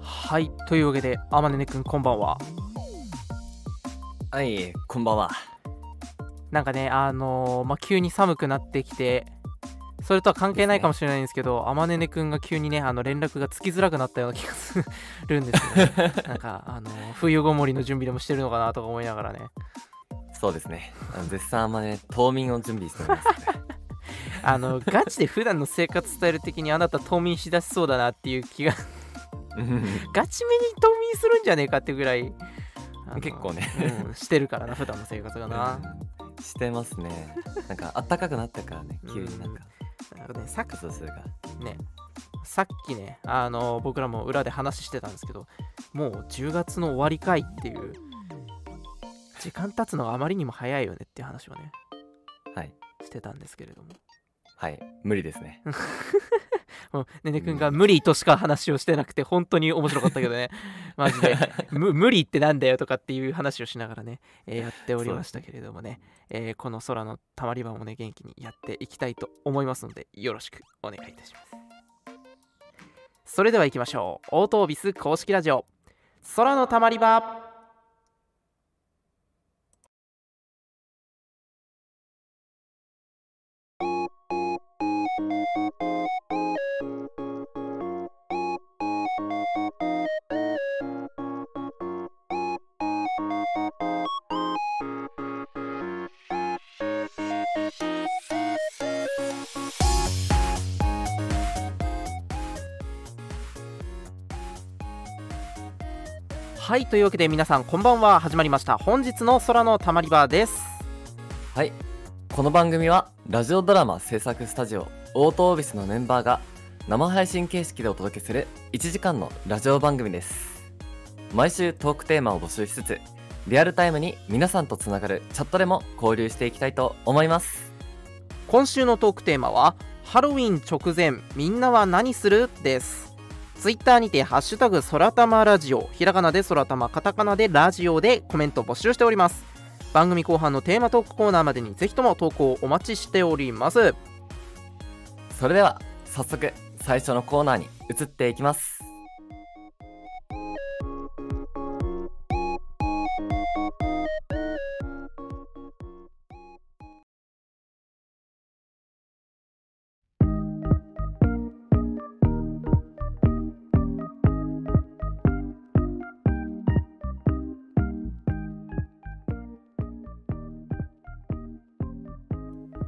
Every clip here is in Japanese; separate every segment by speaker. Speaker 1: はいというわけであまねねくんこんばんは
Speaker 2: はい、こんばんは。
Speaker 1: なんかねあのーまあ急に寒くなってきてそれとは関係ないかもしれないんですけどあまねねくんが急にねあの連絡がつきづらくなったような気がするんですよ、ね、なんかあのー冬ごもりの準備でもしてるのかなとか思いながらね
Speaker 2: そうですね。あの絶賛まね、冬眠を準備しております、ね。
Speaker 1: あのガチで普段の生活スタイル的にあなた冬眠しだしそうだなっていう気が
Speaker 2: うん
Speaker 1: ガチめに冬眠するんじゃねえかってぐらい あの
Speaker 2: 結構ね
Speaker 1: うんしてるからな普段の生活がな
Speaker 2: してますね。なんか暖かくなったからね、急になんか、
Speaker 1: なんかねさっき
Speaker 2: そうするから。
Speaker 1: ねさっきねあの僕らも裏で話してたんですけどもう10月の終わりかいっていう時間経つのがあまりにも早いよねっていう話をね
Speaker 2: はい、
Speaker 1: してたんですけれども
Speaker 2: はい、無理ですね。
Speaker 1: もうねねくんが無理としか話をしてなくて本当に面白かったけ どねマジでむ無理ってなんだよとかっていう話をしながらね、えーやっておりましたけれどもねえーこの空のたまり場もね元気にやっていきたいと思いますのでよろしくお願いいたしますそれでは行きましょうオートービス公式ラジオ空のたまり場はいというわけで皆さんこんばんは始まりました本日の空のたまり場です
Speaker 2: はい、この番組はラジオドラマ制作スタジオオートオービスのメンバーが生配信形式でお届けする1時間のラジオ番組です毎週トークテーマを募集しつつリアルタイムに皆さんとつながるチャットでも交流していきたいと思います
Speaker 1: 今週のトークテーマはハロウィン直前みんなは何するですツイッターにて「ハッシュタグそらたまラジオ」ひらがなでそらたまカタカナでラジオでコメント募集しております番組後半のテーマトークコーナーまでにぜひとも投稿お待ちしております
Speaker 2: それでは早速最初のコーナーに移っていきます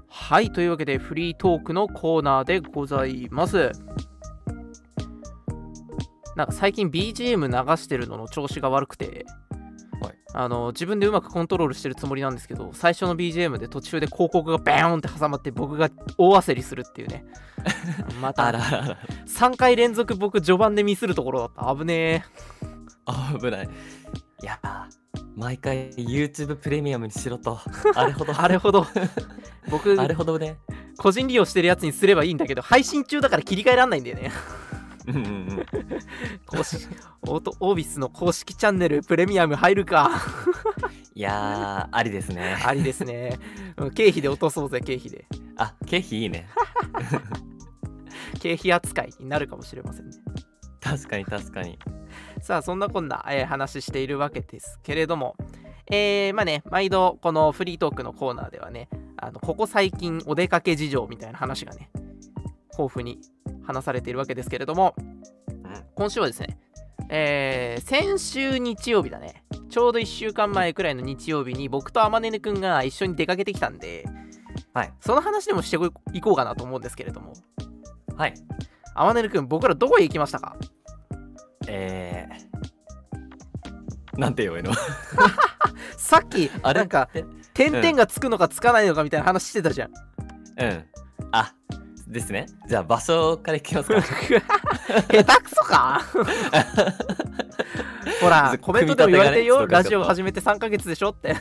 Speaker 1: はいというわけでフリートークのコーナーでございますなんか最近 BGM 流してるのの調子が悪くて、
Speaker 2: はい
Speaker 1: あの自分でうまくコントロールしてるつもりなんですけど最初の BGM で途中で広告がバーンって挟まって僕が大焦りするっていう ねま
Speaker 2: あ
Speaker 1: た
Speaker 2: らあ
Speaker 1: 3回連続僕序盤でミスるところだった危ねえ
Speaker 2: ら 危ないいやー毎回 YouTube プレミアムにしろ とあれほど
Speaker 1: あれほど僕
Speaker 2: あれほどね
Speaker 1: 個人利用してるやつにすればいいんだけど配信中だから切り替えらんないんだ よね
Speaker 2: うんうん うん
Speaker 1: 公式オートオービスの公式チャンネルプレミアム入るか
Speaker 2: いやーありですね
Speaker 1: ありですねうん経費で落とそうぜ経費で
Speaker 2: あ経費いい ね
Speaker 1: 経費扱いになるかもしれませんね
Speaker 2: 確かに確かに
Speaker 1: さあそんなこんな、えー話しているわけですけれどもえーまあね毎度このフリートークのコーナーではねあのここ最近お出かけ事情みたいな話がね豊富に話されているわけですけれども今週はですね、えー先週日曜日だね、ちょうど1週間前くらいの日曜日に僕とあまねねくんが一緒に出かけてきたんで、
Speaker 2: はい
Speaker 1: その話でもしていこうかなと思うんですけれども、
Speaker 2: はい
Speaker 1: あまねねくん、僕らどこへ行きましたか
Speaker 2: えー、なんて言えばいいの
Speaker 1: さっき、
Speaker 2: あれ
Speaker 1: なんか、
Speaker 2: え
Speaker 1: 点々がつくのかつかないのかみたいな話してたじゃん。
Speaker 2: うんあですねじゃあ場所からいきますか
Speaker 1: 下手くそかほら、コメントでも言われてるよ、
Speaker 2: 組み立てがね
Speaker 1: ラジオ始めて3ヶ月でしょって、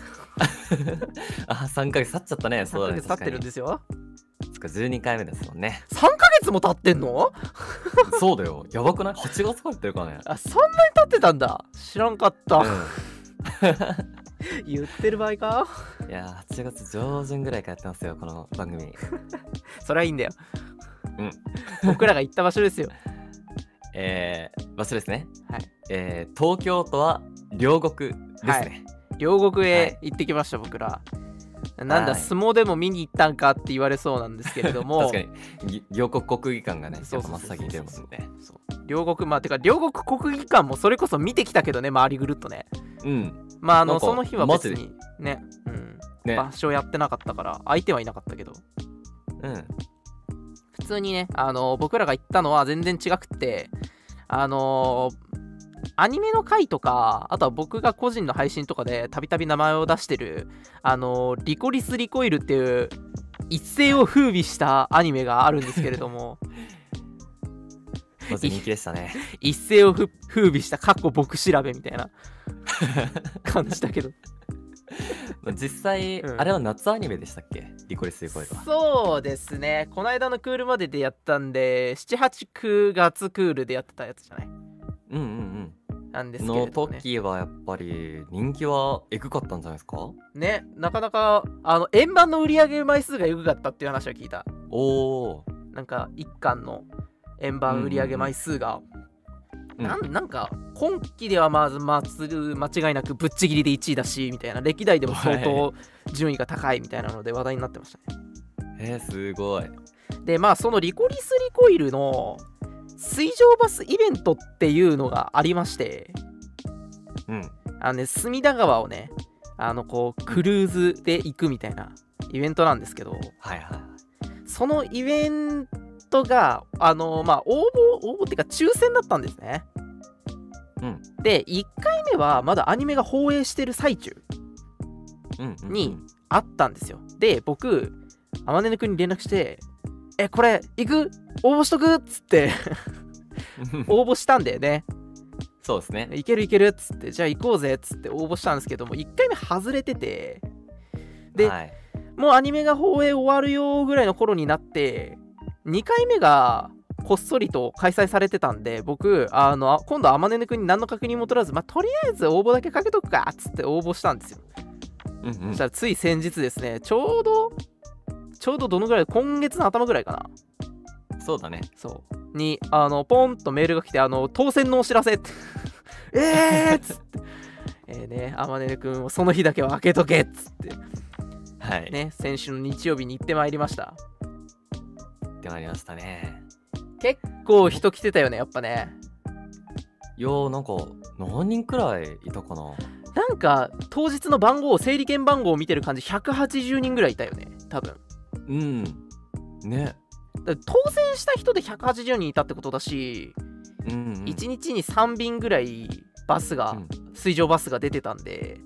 Speaker 2: あ3ヶ月経っちゃったねそ
Speaker 1: 3
Speaker 2: うだ
Speaker 1: ヶ
Speaker 2: ね
Speaker 1: 月経ってるん
Speaker 2: 確
Speaker 1: ですよ。
Speaker 2: かに12回目ですもんね
Speaker 1: 3ヶ月も経ってんの
Speaker 2: そうだよやばくない8月からやってるからね
Speaker 1: あそんなに経ってたんだ知らんかった、言ってる場合か
Speaker 2: うん、いやー8月上旬ぐらいからやってますよこの番組
Speaker 1: それはいいんだよ、
Speaker 2: うん
Speaker 1: 僕らが行った場所ですよ
Speaker 2: えー場所ですね、
Speaker 1: はい
Speaker 2: えー東京都は両国ですね、
Speaker 1: 両国
Speaker 2: は
Speaker 1: へ
Speaker 2: い
Speaker 1: 行ってきました、僕ら。なんだ、
Speaker 2: はい
Speaker 1: 相撲でも見に行ったんかって言われそうなんですけれども、
Speaker 2: 確かにぎ両国国技館がね
Speaker 1: そ
Speaker 2: や
Speaker 1: う
Speaker 2: っ
Speaker 1: そ
Speaker 2: ぱ
Speaker 1: う
Speaker 2: 真
Speaker 1: そう
Speaker 2: っ先に出ますんで
Speaker 1: そう両国、まあ、てか、両国国技館もそれこそ見てきたけどね、周りぐるっとね。
Speaker 2: うん
Speaker 1: まあ、あ
Speaker 2: な
Speaker 1: の、
Speaker 2: んか
Speaker 1: その日は
Speaker 2: マジ
Speaker 1: 別
Speaker 2: で
Speaker 1: にね、うん、
Speaker 2: ね
Speaker 1: 場所やってなかったから、相手はいなかったけど、
Speaker 2: うん
Speaker 1: 普通にね、あの、僕らが行ったのは全然違くって、あの、アニメの回とか、あとは僕が個人の配信とかでたびたび名前を出してる、あの、リコリス・リコイルっていう、一世を風靡したアニメがあるんですけれど も、
Speaker 2: まず人気でし たね
Speaker 1: 一世をふ風靡した、かっこ僕調べみたい な感じだけど。
Speaker 2: まあ実際、
Speaker 1: うん
Speaker 2: あれは夏アニメでしたっけリコリス・リコイルは
Speaker 1: そうですね、この間のクールまででやったんで、7、8、9月クールでやってたやつじゃない
Speaker 2: うんうん
Speaker 1: なんで
Speaker 2: う
Speaker 1: す
Speaker 2: ん
Speaker 1: けれ
Speaker 2: の
Speaker 1: ども、ね。
Speaker 2: 時はやっぱり人気はエグかったんじゃないですか
Speaker 1: ねなかなかあの円盤の売り上げ枚数が良かったっていう話は聞いた
Speaker 2: おおー、
Speaker 1: なんか一巻の円盤売り上げ枚数が、
Speaker 2: うん
Speaker 1: なんなんか今期ではまずまず間違いなくぶっちぎりで1位だしみたいな歴代でも相当順位が高いみたいなので話題になってましたね
Speaker 2: えー、すごい
Speaker 1: でまあそのリコリス・リコイルの水上バスイベントっていうのがありまして
Speaker 2: うん
Speaker 1: あのね隅田川をねあのこうクルーズで行くみたいなイベントなんですけど
Speaker 2: はいはい
Speaker 1: そのイベントが、あのまあ、応募、応募っていうか、抽選だったんですね。
Speaker 2: うん
Speaker 1: で、1回目はまだアニメが放映してる最中
Speaker 2: うんうん
Speaker 1: にあったんですよ。で、僕、天音君に連絡して、え、これ、行く応募しとくっつって、
Speaker 2: うん
Speaker 1: 応募したんだよね。
Speaker 2: そうですね
Speaker 1: いけるいけるっつって、じゃあ行こうぜっつって応募したんですけども、1回目外れてて、 で
Speaker 2: はい、
Speaker 1: もうアニメが放映終わるよぐらいの頃になって2回目がこっそりと開催されてたんで僕あのあ今度は天音くんに何の確認も取らず、まあ、とりあえず応募だけかけとくかっつって応募したんですよ、
Speaker 2: うんうん
Speaker 1: そしたらつい先日ですねちょうどちょうどどのぐらい今月の頭ぐらいかな
Speaker 2: そうだね
Speaker 1: そうにあのポンとメールが来てあの当選のお知らせって えーっつって えーね天音くんをその日だけは開けとけっつって
Speaker 2: はい、
Speaker 1: ね先週の日曜日に行ってまいりました
Speaker 2: ってなりましたね
Speaker 1: 結構人来てたよねやっぱね
Speaker 2: いやーなんか何人くらいいたかな
Speaker 1: なんか当日の番号整理券番号を見てる感じ180人ぐらいいたよね多分
Speaker 2: うんね
Speaker 1: だ当選した人で180人いたってことだし、
Speaker 2: うん、うん、
Speaker 1: 1日に3便ぐらいバスが、
Speaker 2: うん
Speaker 1: 水上バスが出てたんで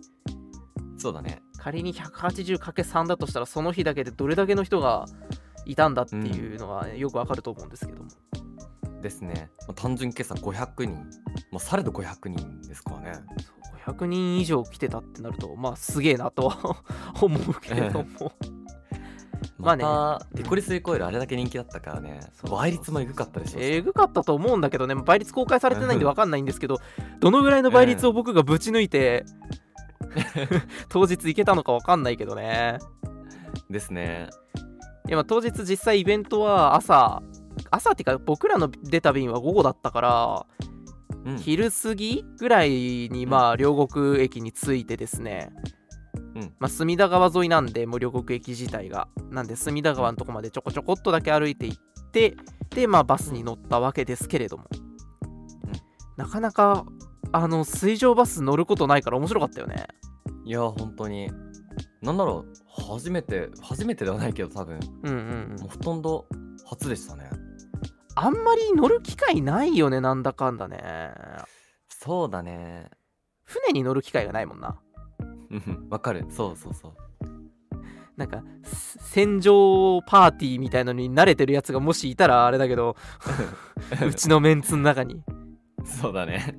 Speaker 2: そうだね
Speaker 1: 仮に 180×3 だとしたらその日だけでどれだけの人がいたんだっていうのがよくわかると思うんですけども、
Speaker 2: ですね、まあ、単純計算500人まあされど500人ですからね
Speaker 1: そう500人以上来てたってなるとまあすげえなとは 思うけれどもまあ
Speaker 2: ま
Speaker 1: ね
Speaker 2: た、リコリス・リコイルあれだけ人気だったからね
Speaker 1: そう
Speaker 2: 倍率もエグかったでしょ
Speaker 1: えぐかったと思うんだけどね倍率公開されてないんで分かんないんですけどどのぐらいの倍率を僕がぶち抜い て当日行けたのか分かんないけどね
Speaker 2: ですね
Speaker 1: いやまあ当日実際イベントは朝朝っていうか僕らの出た便は午後だったから
Speaker 2: うん
Speaker 1: 昼過ぎぐらいにまあ両国駅に着いてですね、
Speaker 2: うん
Speaker 1: まあ、隅田川沿いなんでもう両国駅自体がなんで隅田川のとこまでちょこちょこっとだけ歩いて行ってでまあバスに乗ったわけですけれども、
Speaker 2: うん
Speaker 1: なかなかあの水上バス乗ることないから面白かったよね
Speaker 2: いや本当になんだろう初めて初めてではないけど多分
Speaker 1: うんうんうん
Speaker 2: もうほとんど初でしたね
Speaker 1: あんまり乗る機会ないよねなんだかんだね
Speaker 2: そうだね
Speaker 1: 船に乗る機会がないもんな
Speaker 2: うんわかるそうそうそう
Speaker 1: なんかす船上パーティーみたいのに慣れてるやつがもしいたらあれだけ どうちのメンツの中に
Speaker 2: そうだね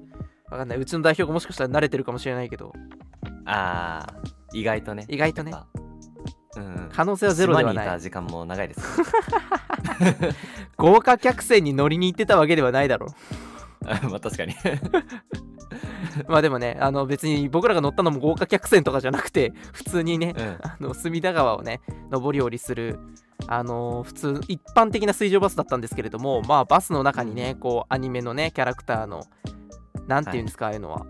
Speaker 1: わかんないうちの代表がもしかしたら慣れてるかもしれないけど
Speaker 2: ああ意外とね
Speaker 1: 意外とね
Speaker 2: やっぱうん
Speaker 1: 可能性はゼロでは
Speaker 2: 島にい
Speaker 1: な
Speaker 2: た
Speaker 1: い
Speaker 2: 時間も長い です
Speaker 1: 豪華客船に乗りに行ってたわけではないだろ
Speaker 2: あまあ確かに
Speaker 1: うまあでもねあの別に僕らが乗ったのも豪華客船とかじゃなくて普通にね
Speaker 2: うん
Speaker 1: あの隅田川をね上り下りするあのー普通一般的な水上バスだったんですけれどもまあバスの中にねこうアニメのねキャラクターのなんていうんですか、ああいうのは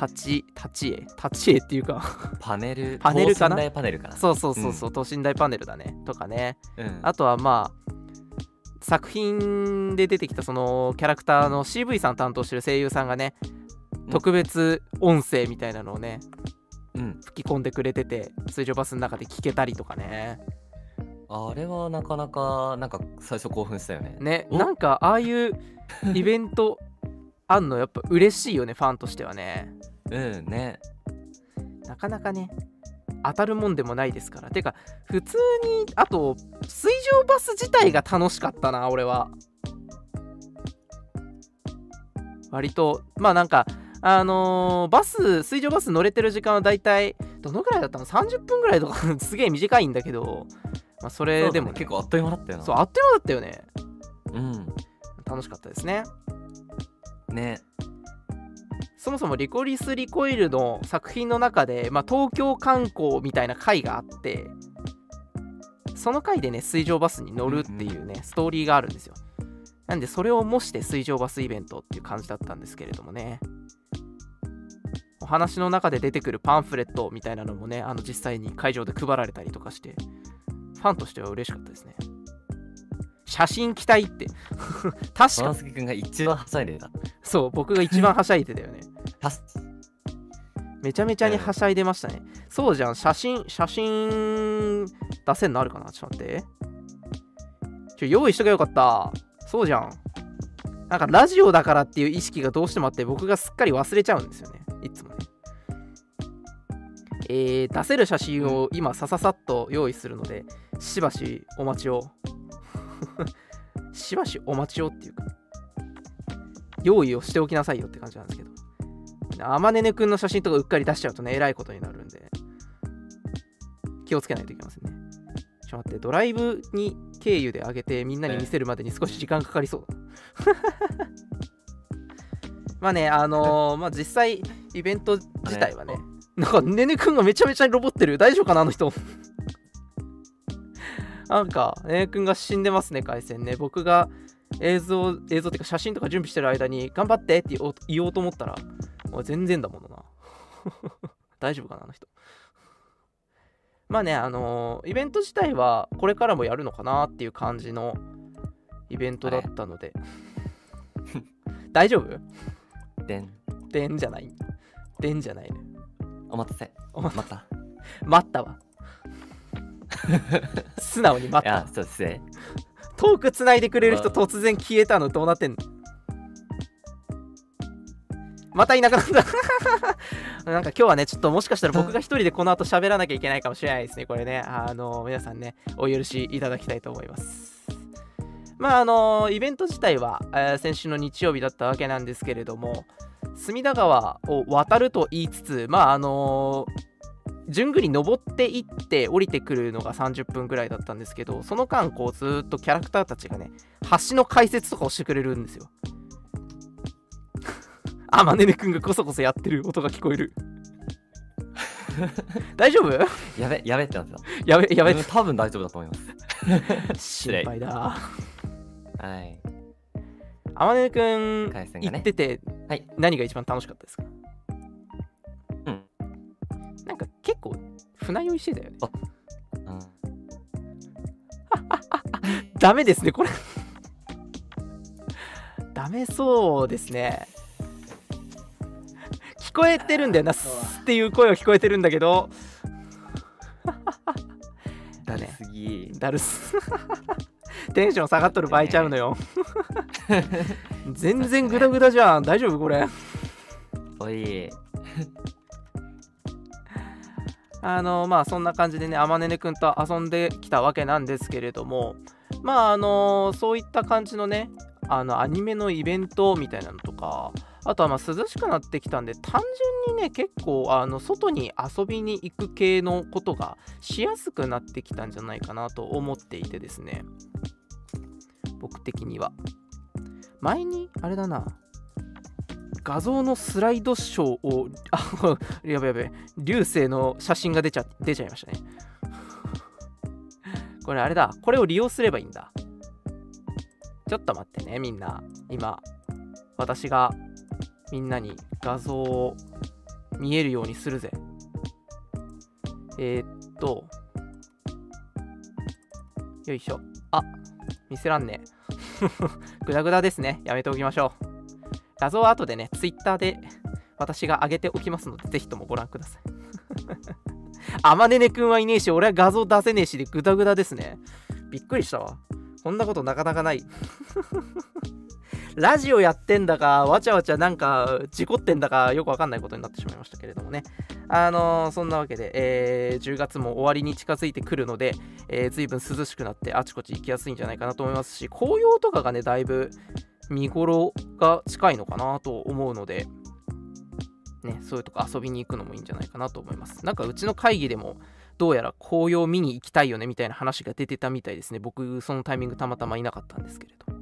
Speaker 1: 立ち立ち絵立ち絵っていう か
Speaker 2: パネル
Speaker 1: パネルかな
Speaker 2: 等身大パネルかな
Speaker 1: そうそうそうそう、等身大パネルだねとかね
Speaker 2: うん
Speaker 1: あとはまあ作品で出てきたそのキャラクターの CV さん担当してる声優さんがね
Speaker 2: ん
Speaker 1: 特別音声みたいなのをね
Speaker 2: うん
Speaker 1: 吹き込んでくれてて水上バスの中で聞けたりとかね
Speaker 2: あれはなかなかなんか最初興奮したよね
Speaker 1: ね
Speaker 2: お
Speaker 1: なんかああいうイベント あんのやっぱ嬉しいよねファンとしてはね
Speaker 2: うんね
Speaker 1: なかなかね当たるもんでもないですからてか普通にあと水上バス自体が楽しかったな俺は割とまあなんかあのーバス水上バス乗れてる時間はだいたいどのぐらいだったの30分ぐらいとか すげえ短いんだけど、まあ、それでも、
Speaker 2: そうだね結構あっという間だったよな
Speaker 1: そうあっという間だったよね
Speaker 2: う
Speaker 1: 楽しかったですね
Speaker 2: んね
Speaker 1: そもそもリコリス・リコイルの作品の中で、まあ、東京観光みたいな回があってその回でね水上バスに乗るっていうねストーリーがあるんですよなんでそれを模して水上バスイベントっていう感じだったんですけれどもねお話の中で出てくるパンフレットみたいなのもねあの実際に会場で配られたりとかしてファンとしては嬉しかったですね写真期待って 確
Speaker 2: バラ
Speaker 1: か
Speaker 2: ンスケ君が一番はしゃいでた
Speaker 1: そう僕が一番はしゃいでたよね
Speaker 2: たし
Speaker 1: めちゃめちゃにはしゃいでましたね。そうじゃん、写真、写真出せんのあるかなちょっと待って。ちょ、用意しとけばよかった。そうじゃん。なんかラジオだからっていう意識がどうしてもあって、僕がすっかり忘れちゃうんですよね。いつもね。えー、出せる写真を今さささっと用意するので、しばしお待ちを。 しばしお待ちをっていうか、用意をしておきなさいよって感じなんですけど。あまねねくんの写真とかうっかり出しちゃうとね、えらいことになるんで、気をつけないといけませんね。ちょっと待って、ドライブに経由で上げてみんなに見せるまでに少し時間かかりそうだな。まあね、あのーまあ実際、イベント自体はね、なんかねねくんがめちゃめちゃにロボってる。大丈夫かな、あの人。 なんか、ねねくんが死んでますね、回線ね。僕が映像、映像っていうか写真とか準備してる間に、頑張ってって言おう言おうと思ったら、俺全然だものな。 大丈夫かな、あの人。まあね、あのーイベント自体はこれからもやるのかなっていう感じのイベントだったので。 大丈夫
Speaker 2: でん
Speaker 1: でんじゃない。でんじゃないね。
Speaker 2: お待たせ
Speaker 1: お待
Speaker 2: 待った
Speaker 1: 待った わ。素直に待
Speaker 2: い
Speaker 1: ったわ
Speaker 2: や。そうですね
Speaker 1: トークつないでくれる人
Speaker 2: うん
Speaker 1: 突然消えたのどうなってんのまたいなくなった なんか今日はねちょっともしかしたら僕が一人でこの後喋らなきゃいけないかもしれないですねこれねあの皆さんねお許しいただきたいと思いますまああのイベント自体は、えー先週の日曜日だったわけなんですけれども隅田川を渡ると言いつつまああの順繰り登っていって降りてくるのが30分ぐらいだったんですけどその間こうずーっとキャラクターたちがね橋の解説とかをしてくれるんですよ あまねねくんがこそこそやってる音が聞こえ る大丈夫
Speaker 2: やべやべってなってた
Speaker 1: やべやべ
Speaker 2: うん多分大丈夫だと思います
Speaker 1: 心配だ
Speaker 2: はい
Speaker 1: あまねねくん
Speaker 2: 回線が
Speaker 1: 行
Speaker 2: ね
Speaker 1: ってて、
Speaker 2: はい
Speaker 1: 何が一番楽しかったですか
Speaker 2: うん
Speaker 1: なんか結構船酔いしてたよね
Speaker 2: うん
Speaker 1: ダメですねこれダメそうですね聞こえてるんだよなスーっていう声は聞こえてるんだけどだね
Speaker 2: 次
Speaker 1: だるすテンション下がっとる場合ちゃうのよ全然グダグダじゃん大丈夫これ
Speaker 2: おい
Speaker 1: あのまあそんな感じでねあまねねくんと遊んできたわけなんですけれどもまああのそういった感じのねあのアニメのイベントみたいなのとかあとはまあ涼しくなってきたんで単純にね結構あの外に遊びに行く系のことがしやすくなってきたんじゃないかなと思っていてですね僕的には前にあれだな画像のスライドショーをあ やべやべ流星の写真が出ちゃ出ちゃいましたね。 これあれだ。これを利用すればいいんだ。ちょっと待ってね、みんな。今、私がみんなに画像を見えるようにするぜ。えー、っと。よいしょ。あ、見せらんねえ。 グダグダですね。やめておきましょう。画像は後でね、Twitter で私が上げておきますので、ぜひともご覧ください。あまねねくんはいねえし、俺は画像出せねえしでグダグダですね。びっくりしたわ。こんなことなかなかない。 ラジオやってんだか、わちゃわちゃなんか、事故ってんだか、よくわかんないことになってしまいましたけれどもね。あのーそんなわけで、えー10月も終わりに近づいてくるので、えー、随分涼しくなって、あちこち行きやすいんじゃないかなと思いますし、紅葉とかがね、だいぶ見頃が近いのかなと思うので、ね、そういうとこ遊びに行くのもいいんじゃないかなと思います。なんかうちの会議でも、どうやら紅葉見に行きたいよねみたいな話が出てたみたいですね。僕、そのタイミングたまたまいなかったんですけれど。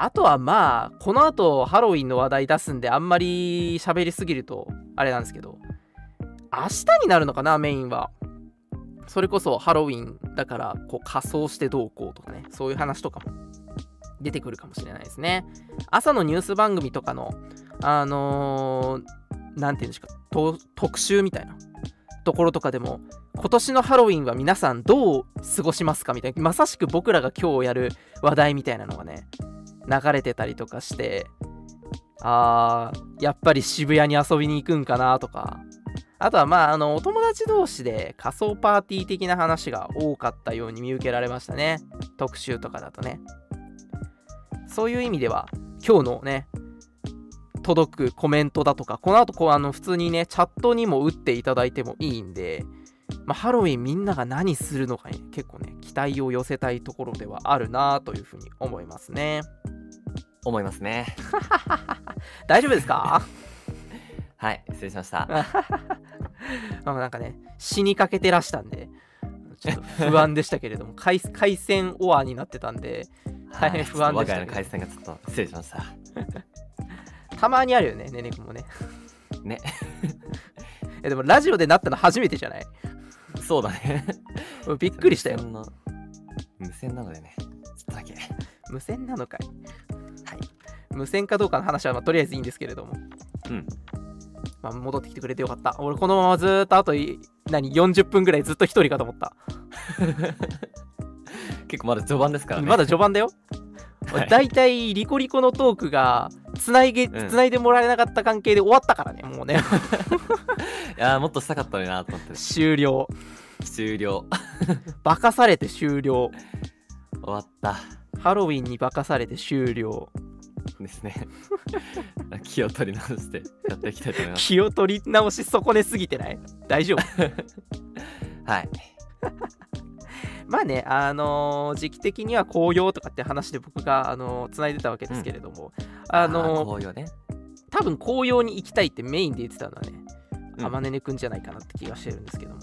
Speaker 1: あとはまあ、この後ハロウィンの話題出すんで、あんまり喋りすぎると、あれなんですけど、明日になるのかな、メインは。それこそハロウィンだから、こう仮装してどうこうとかね、そういう話とかも出てくるかもしれないですね。朝のニュース番組とかの、あのーなんていうんですか、と特集みたいなところとかでも、今年のハロウィンは皆さんどう過ごしますかみたいな、まさしく僕らが今日やる話題みたいなのがね、流れてたりとかして、あー、やっぱり渋谷に遊びに行くんかなとか、あとはまあ、あの、お友達同士で仮想パーティー的な話が多かったように見受けられましたね。特集とかだとね。そういう意味では、今日のね、届くコメントだとか、この後こうあの普通にね、チャットにも打っていただいてもいいんで、まあ、ハロウィンみんなが何するのかに結構ね、期待を寄せたいところではあるなというふうに思いますね。
Speaker 2: 思いますね。
Speaker 1: 大丈夫ですか
Speaker 2: はい、失礼しました。
Speaker 1: まあなんかね、死にかけてらしたんで、ちょっと不安でしたけれども、 回回線オアになってたんで、大変不安でした
Speaker 2: はいちょっと我が家の回線がちょっと失礼しました。
Speaker 1: たまにあるよね、ねねくんもね。
Speaker 2: ね、
Speaker 1: えでもラジオでなったの初めてじゃない
Speaker 2: そうだね。
Speaker 1: 俺びっくりしたよ
Speaker 2: 無。線の。無線なのでね、ちょっとだけ。
Speaker 1: 無線なのかい、無線かどうかの話は、まあ、とりあえずいいんですけれども、
Speaker 2: うん
Speaker 1: まあ、戻ってきてくれてよかった俺このままずーっとあとい何40分ぐらいずっと一人かと思った、
Speaker 2: 結構まだ序盤ですからね。
Speaker 1: まだ序盤だよ、
Speaker 2: はい
Speaker 1: だいたいリコリコのトークがつないげ、
Speaker 2: うん
Speaker 1: つないでもらえなかった関係で終わったからねもう ね
Speaker 2: いやーもっとしたかったのになと思って
Speaker 1: 終了
Speaker 2: 終了
Speaker 1: 化かされて終了
Speaker 2: 終わった
Speaker 1: ハロウィンに化かされて終了
Speaker 2: ですね 気を取り直してやっていきたいと思います
Speaker 1: 気を取り直し損ねすぎてない大丈夫
Speaker 2: はい
Speaker 1: まあね、あのー時期的には紅葉とかって話で僕が、あのー繋いでたわけですけれども、あ
Speaker 2: ー
Speaker 1: のー
Speaker 2: 紅葉ね
Speaker 1: 多分紅葉に行きたいってメインで言ってたのはね、
Speaker 2: うん
Speaker 1: あまねねくんじゃないかなって気がしてるんですけども。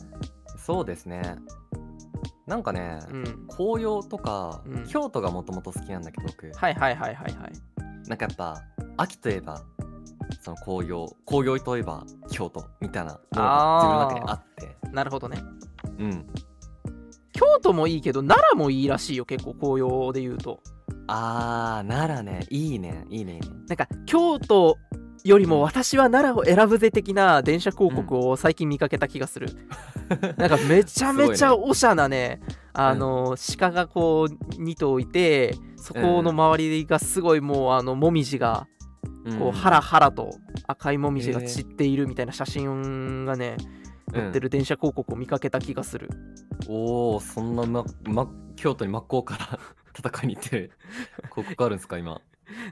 Speaker 2: そうですねなんかね、
Speaker 1: うん。
Speaker 2: 紅葉とか、
Speaker 1: うん
Speaker 2: 京都がもともと好きなんだけど僕
Speaker 1: はいはいはいはいはい。
Speaker 2: なんかやっぱ秋といえばその紅葉紅葉といえば京都みたいなのが
Speaker 1: あー
Speaker 2: 自分の中にあって
Speaker 1: なるほどね。
Speaker 2: うん
Speaker 1: 京都もいいけど、奈良もいいらしいよ、結構紅葉で言うと。
Speaker 2: あーならねいいねいいねいいね
Speaker 1: なんか、京都よりも私は奈良を選ぶぜ的な電車広告を最近見かけた気がする。なんかめちゃめちゃ
Speaker 2: す
Speaker 1: おしゃな ね、あの、鹿がこう2頭いて、そこの周りがすごいもう、あの、もみじが、こう、ハラハラと赤いもみじが散っているみたいな写真がね、載って
Speaker 2: る、
Speaker 1: る電車広告を見かけた気がする。
Speaker 2: うんおおそんな、まま、京都に真っ向から 戦いに行ってる広告あるんですか今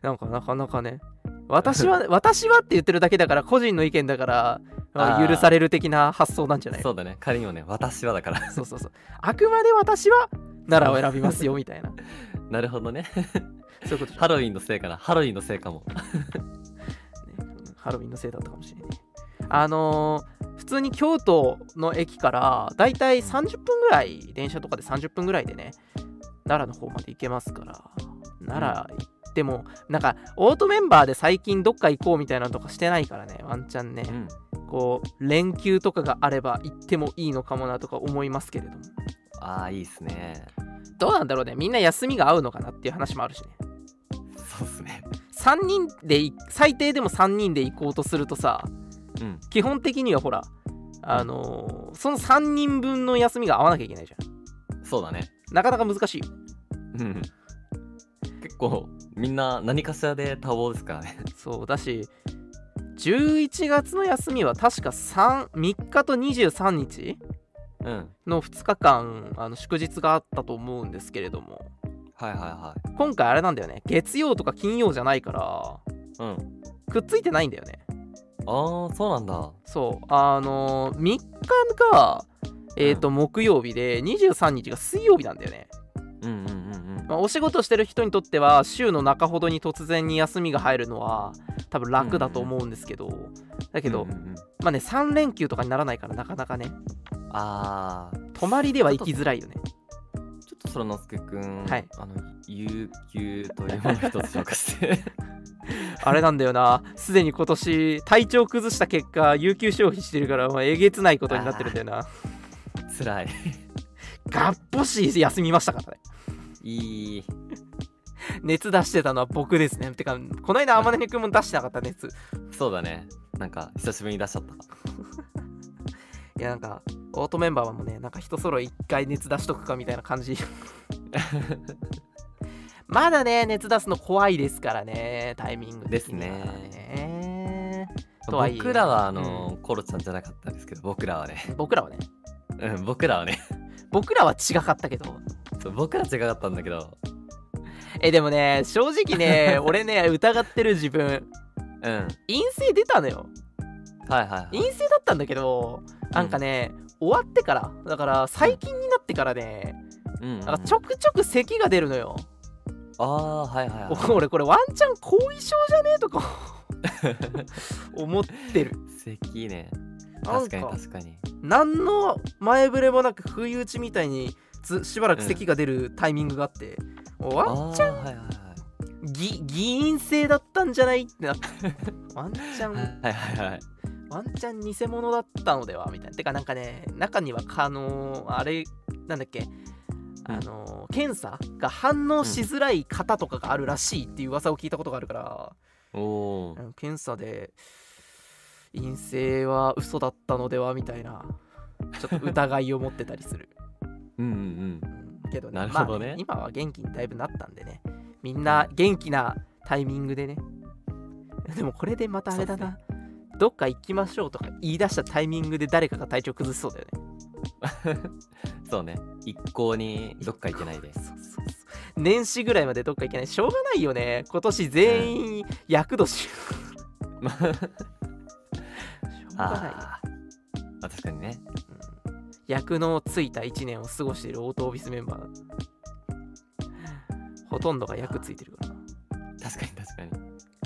Speaker 1: なんかなかなかね、私 は、私はって言ってるだけだから、個人の意見だから、まあ
Speaker 2: あー
Speaker 1: 許される的な発想なんじゃない
Speaker 2: そうだね仮にもね私はだから
Speaker 1: そうそうそう。あくまで私は奈良を選びますよみ たいな。
Speaker 2: なるほどね
Speaker 1: そういうことじゃ
Speaker 2: ハロウィンのせいかなハロウィンのせいかも
Speaker 1: んね。ハロウィンのせいだったかもしれない。あのー普通に京都の駅からだいたい30分ぐらい、電車とかで30分ぐらいでね、奈良の方まで行けますから、奈良行っても、なんか、オートメンバーで最近どっか行こうみたいなのとかしてないからね、ワンチャンね、
Speaker 2: うん
Speaker 1: こう、連休とかがあれば行ってもいいのかもなとか思いますけれども。
Speaker 2: ああいいっすね
Speaker 1: どうなんだろうねみんな休みが合うのかなっていう話もあるしね
Speaker 2: そうっすね
Speaker 1: 3人でい最低でも3人で行こうとするとさ
Speaker 2: うん
Speaker 1: 基本的にはほらあのーその3人分の休みが合わなきゃいけないじゃ
Speaker 2: そうだね
Speaker 1: んなかなか難しいよ
Speaker 2: うん結構みんな何かしらで多忙ですからね
Speaker 1: そうだし11月の休みは確か3 3日と23日
Speaker 2: うん
Speaker 1: の2日間あの祝日があったと思うんですけれども
Speaker 2: はいは
Speaker 1: 今回あれなんだよね月曜とか金曜じゃないから
Speaker 2: いはいうん
Speaker 1: くっついてないんだよね
Speaker 2: ああそうなんだ
Speaker 1: そうあのー3日がえっ、と木曜日で23日が水曜日なんだよね、
Speaker 2: うんうんうんうん
Speaker 1: まあ、お仕事してる人にとっては週の中ほどに突然に休みが入るのは多分楽だと思うんですけど、だけど、
Speaker 2: うんうんうん
Speaker 1: まあね3連休とかにならないからなかなかね
Speaker 2: ああ
Speaker 1: 泊まりでは行きづらいよね
Speaker 2: ちょっとそらのすけくん、
Speaker 1: はい
Speaker 2: あの有給というものを一つ紹介して
Speaker 1: あれなんだよなすでに今年体調崩した結果有給消費してるから、まあ、えげつないことになってるんだよな
Speaker 2: 辛い
Speaker 1: がっぽし休みましたからね
Speaker 2: いい
Speaker 1: 熱出してたのは僕ですねてかこの間天音君も出してなかった熱
Speaker 2: そうだねなんか久しぶりに出しちゃった
Speaker 1: いやなんかオートメンバーもねなんか人揃い一回熱出しとくかみたいな感じまだね熱出すの怖いですからねタイミング的には
Speaker 2: です
Speaker 1: ねとはいえ
Speaker 2: 僕らはあの、コロちゃんじゃなかったんですけど僕らはね
Speaker 1: 僕らはね
Speaker 2: うん僕らはね
Speaker 1: 僕らは違かったけど
Speaker 2: そう僕ら違かったんだけど
Speaker 1: えでもね正直ね俺ね疑ってる自分
Speaker 2: うんはい
Speaker 1: 陰性出たのよ
Speaker 2: はいはい
Speaker 1: 陰性だったんだけどなんかね、終わってからだから最近になってからね
Speaker 2: うんうんうん
Speaker 1: なんかちょくちょく咳が出るのよ、
Speaker 2: ああはいはいはい
Speaker 1: 俺これワンチャン後遺症じゃねえとか思ってる
Speaker 2: 咳ね
Speaker 1: なん
Speaker 2: 確かに
Speaker 1: か
Speaker 2: 確かに
Speaker 1: 何の前触れもなく不意打ちみたいにずしばらく咳が出るタイミングがあって、
Speaker 2: あ
Speaker 1: ワンチャ
Speaker 2: あーはいはいはい
Speaker 1: ンぎ議員制だったんじゃないってなってワンチャン
Speaker 2: はいはいはい
Speaker 1: ワンチャン偽物だったのではみたいなてかなんかね中にはあのーあれなんだっけあのー検査が反応しづらい方とかがあるらしいっていう噂を聞いたことがあるから、
Speaker 2: おお
Speaker 1: うん検査で陰性は嘘だったのではみたいなちょっと疑いを持ってたりする、
Speaker 2: うんうん
Speaker 1: うんけどね
Speaker 2: なるほどね
Speaker 1: まあ今は元気にだいぶなったんでねみんな元気なタイミングでねでもこれでまたあれだな、どっか行きましょうとか言い出したタイミングで誰かが体調崩しそうだよね
Speaker 2: うんそうね一向にどっか行けないで
Speaker 1: そうそうそう年始ぐらいまでどっか行けないしょうがないよね今年全員厄年しょうがないよ
Speaker 2: あーあ確かにね
Speaker 1: 役のついた1年を過ごしているオートオフィスメンバーほとんどが役ついてるからな
Speaker 2: 確かに確か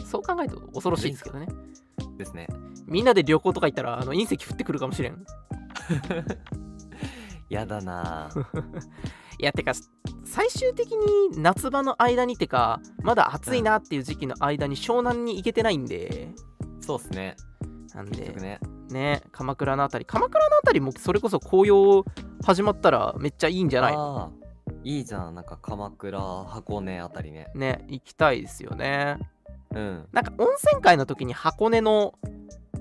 Speaker 2: に
Speaker 1: そう考えると恐ろしいですけどね
Speaker 2: ですね
Speaker 1: みんなで旅行とか行ったらあの隕石降ってくるかもしれん
Speaker 2: やだなぁ
Speaker 1: いやてか最終的に夏場の間にてかまだ暑いなっていう時期の間に湘南に行けてないんで
Speaker 2: そうっすね
Speaker 1: なん
Speaker 2: 結
Speaker 1: で
Speaker 2: 局ね
Speaker 1: ね鎌倉のあたり鎌倉のあたりもそれこそ紅葉始まったらめっちゃいいんじゃないの
Speaker 2: あーいいじゃんなんか鎌倉箱根あたりね
Speaker 1: ね行きたいですよね
Speaker 2: うん
Speaker 1: なんか温泉会の時に箱根の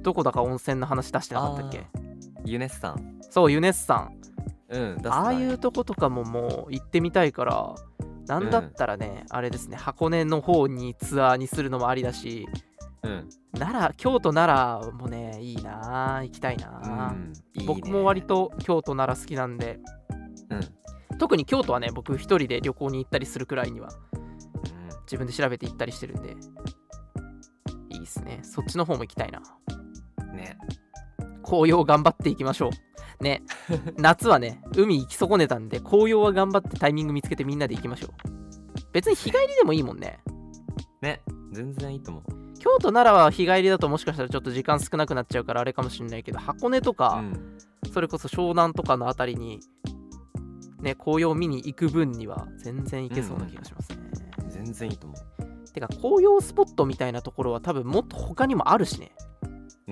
Speaker 1: どこだか温泉の話出してなかったっけ
Speaker 2: ユネッサン
Speaker 1: そうユネッサン
Speaker 2: うん出す
Speaker 1: ああいうとことかももう行ってみたいからなんだったらね、あれですね箱根の方にツアーにするのもありだし
Speaker 2: うん、
Speaker 1: 奈良京都奈良もねいいなあ行きたいなあ、
Speaker 2: うんいいね
Speaker 1: 僕も割と京都奈良好きなんで
Speaker 2: うん、うん、
Speaker 1: 特に京都はね僕一人で旅行に行ったりするくらいには自分で調べて行ったりしてるんでいいっすねそっちの方も行きたいな
Speaker 2: ね
Speaker 1: 紅葉頑張っていきましょう。 ね、夏はね、海行き損ねたんで、紅葉は頑張ってタイミング見つけてみんなで行きましょう。別に日帰りでもいいもんね。
Speaker 2: ね全然いいと思う
Speaker 1: 京都、奈良は日帰りだともしかしたらちょっと時間少なくなっちゃうからあれかもしんないけど、箱根と
Speaker 2: う
Speaker 1: か、
Speaker 2: ん、
Speaker 1: それこそ湘南とかのあたりに、ね、紅葉見に行く分には全然行けそうな気がしますね。
Speaker 2: 全然いいと思
Speaker 1: てか、紅葉スポットみたいなところは多分もっと他にもあるしね。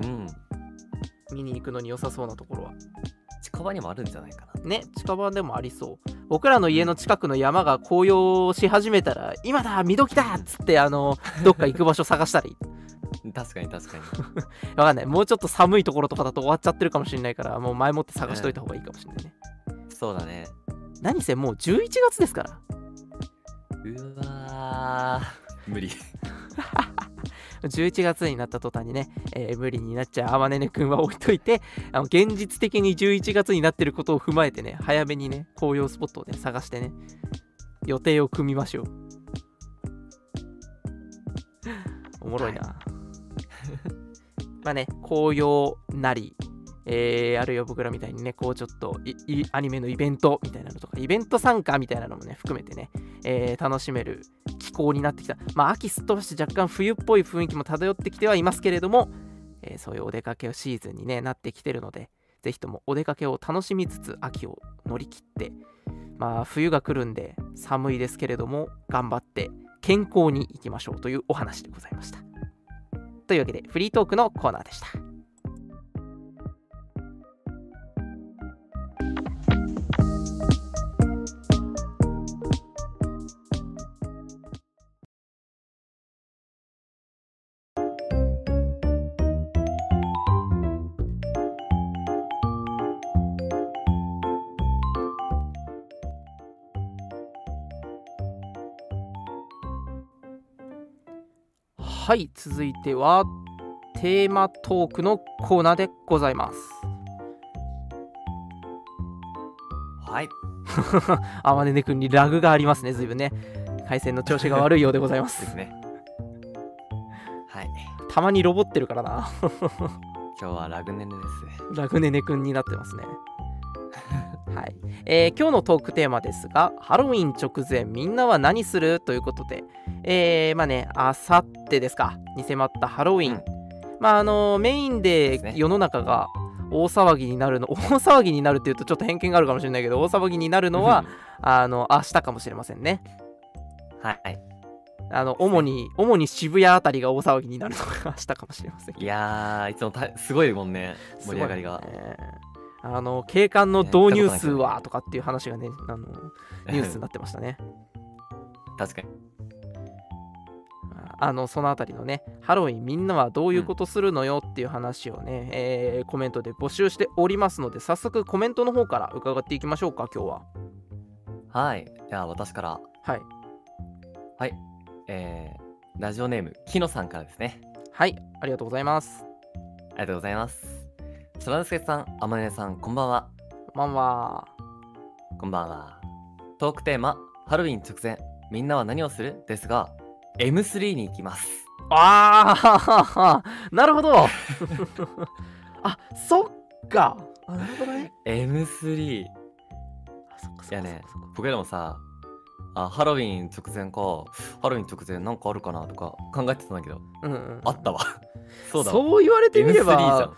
Speaker 2: ううん
Speaker 1: 見に行くのに良さそうなところは。
Speaker 2: 近場にもあるんじゃないかな
Speaker 1: ね、近場でもありそう。僕らの家の近くの山が紅葉し始めたら、今だ見時だっつって、あの、どっか行く場所探したらいい。
Speaker 2: 確かに確かに。
Speaker 1: わかんない。もうちょっと寒いところとかだと終わっちゃってるかもしれないから、もう前もって探しといた方がいいかもしれないね。
Speaker 2: そうだね。
Speaker 1: 何せもう11月ですから。
Speaker 2: うわー。無理。
Speaker 1: 11月になった途端にね、えー無理になっちゃう天音くんは置いといて、あの現実的に11月になってることを踏まえてね、早めにね、紅葉スポットをね、探してね、予定を組みましょう。 おもろいな。 まあね、紅葉なり、えーあるいは僕らみたいにね、こうちょっといいアニメのイベントみたいなのとか、イベント参加みたいなのもね、含めてね、えー楽しめる気候になってきた、まあ、秋すっ飛ばして若干冬っぽい雰囲気も漂ってきてはいますけれども、えーそういうお出かけをシーズンに、ね、なってきてるのでぜひともお出かけを楽しみつつ秋を乗り切って、まあ、冬が来るんで寒いですけれども頑張って健康にいきましょうというお話でございました。というわけでフリートークのコーナーでした。はい続いてはテーマトークのコーナーでございます。
Speaker 2: はい。
Speaker 1: あまねね君にラグがありますね随分ね回線の調子が悪いようでございま
Speaker 2: ですすね。はい。
Speaker 1: たまにロボってるからな
Speaker 2: 今日はラグネネです。
Speaker 1: ラグねね君になって ますねはい、えー今日のトークテーマですがハロウィン直前みんなは何するということでえーまあねあさってですかに迫ったハロウィン、
Speaker 2: うん
Speaker 1: まああのメイン
Speaker 2: です
Speaker 1: で
Speaker 2: ね
Speaker 1: 世の中が大騒ぎになるの 大騒ぎになるっていうとちょっと偏見があるかもしれないけど大騒ぎになるの はあの明日かもしれませんね
Speaker 2: はい。
Speaker 1: あの主に主に渋谷あたりが大騒ぎになるのが明日かもしれません
Speaker 2: いやー、いつもたすごいもんね。盛り上がりが。
Speaker 1: すごいねあの警官の導入数はとかっていう話がねあのニュースになってましたね
Speaker 2: 確かに。
Speaker 1: あのそのあたりのねハロウィンみんなはどういうことするのよっていう話をね、えーコメントで募集しておりますので早速コメントの方から伺っていきましょうか今日は
Speaker 2: はい。じゃあ、私から。
Speaker 1: はい
Speaker 2: はい。えー、ラジオネーム、きのさんからですね。
Speaker 1: はいありがとうございます
Speaker 2: ありがとうございます。そらのすけさん、あまねさん、こんばんは。
Speaker 1: まんは
Speaker 2: こんばんは。トークテーマ、ハロウィン直前、みんなは何をするですが、M3 に行きます。
Speaker 1: あー なるほどあそっかあなるほどね
Speaker 2: M3。
Speaker 1: あそっかそっかそっか
Speaker 2: いやね、僕らもさ、あハロウィン直前か、ハロウィン直前なんかあるかなとか考えてたんだけど、
Speaker 1: うんうん、
Speaker 2: あったわ。そうだわ。
Speaker 1: そう言われてみれ
Speaker 2: M3 じゃ
Speaker 1: ば
Speaker 2: ん。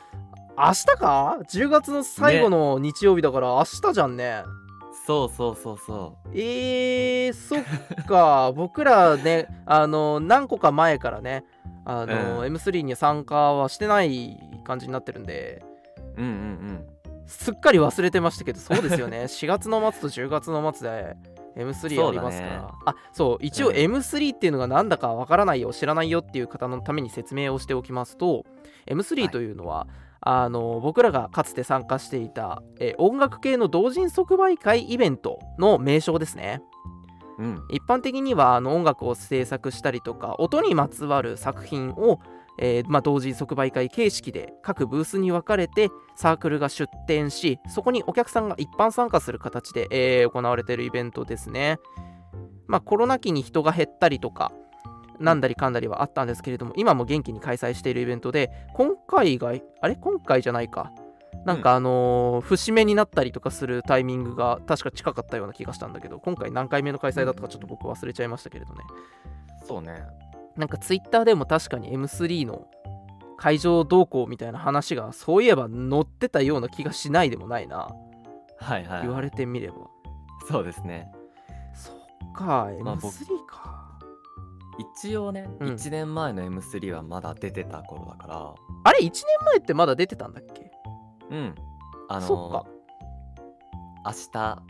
Speaker 1: 明日か10月の最後の日曜日だから明日じゃんね
Speaker 2: そうそうそうそ
Speaker 1: えー、そっ か僕らねあの何個か前からねあの、M3 に参加はしてない感じになってるんで
Speaker 2: う。うんうんうん。
Speaker 1: すっかり忘れてましたけどそうですよ ね4月の末と10月の末で M3 ありますから
Speaker 2: そうだね
Speaker 1: あそう一応
Speaker 2: うん
Speaker 1: M3 っていうのが何だかわからないよ知らないよっていう方のために説明をしておきますと
Speaker 2: は
Speaker 1: M3
Speaker 2: い
Speaker 1: というのは、あの僕らがかつて参加していた、えー音楽系の同人即売会イベントの名称ですね
Speaker 2: うん。
Speaker 1: 一般的にはあの音楽を制作したりとか音にまつわる作品を、えーまあ、同時即売会形式で各ブースに分かれてサークルが出展しそこにお客さんが一般参加する形で、えー行われているイベントですね。まあ、コロナ期に人が減ったりとかなんだりかんだりはあったんですけれども今も元気に開催しているイベントで今回があれ今回じゃないかなんかあのー節目になったりとかするタイミングが確か近かったような気がしたんだけど今回何回目の開催だったかちょっと僕忘れちゃいましたけれどね
Speaker 2: そうね。
Speaker 1: なんかツイッターでも確かに M3 の会場動向みたいな話がそういえば載ってたような気がしないでもないな
Speaker 2: はいはい。
Speaker 1: 言われてみれば
Speaker 2: そうですね。
Speaker 1: そっか
Speaker 2: まあ
Speaker 1: M3
Speaker 2: 僕
Speaker 1: か
Speaker 2: 一応ね、
Speaker 1: うん
Speaker 2: 1年前の M3 はまだ出てた頃だか
Speaker 1: あれ1年前ってまだ出てたんだっけ
Speaker 2: ら、うん。あのー
Speaker 1: そっか
Speaker 2: 明日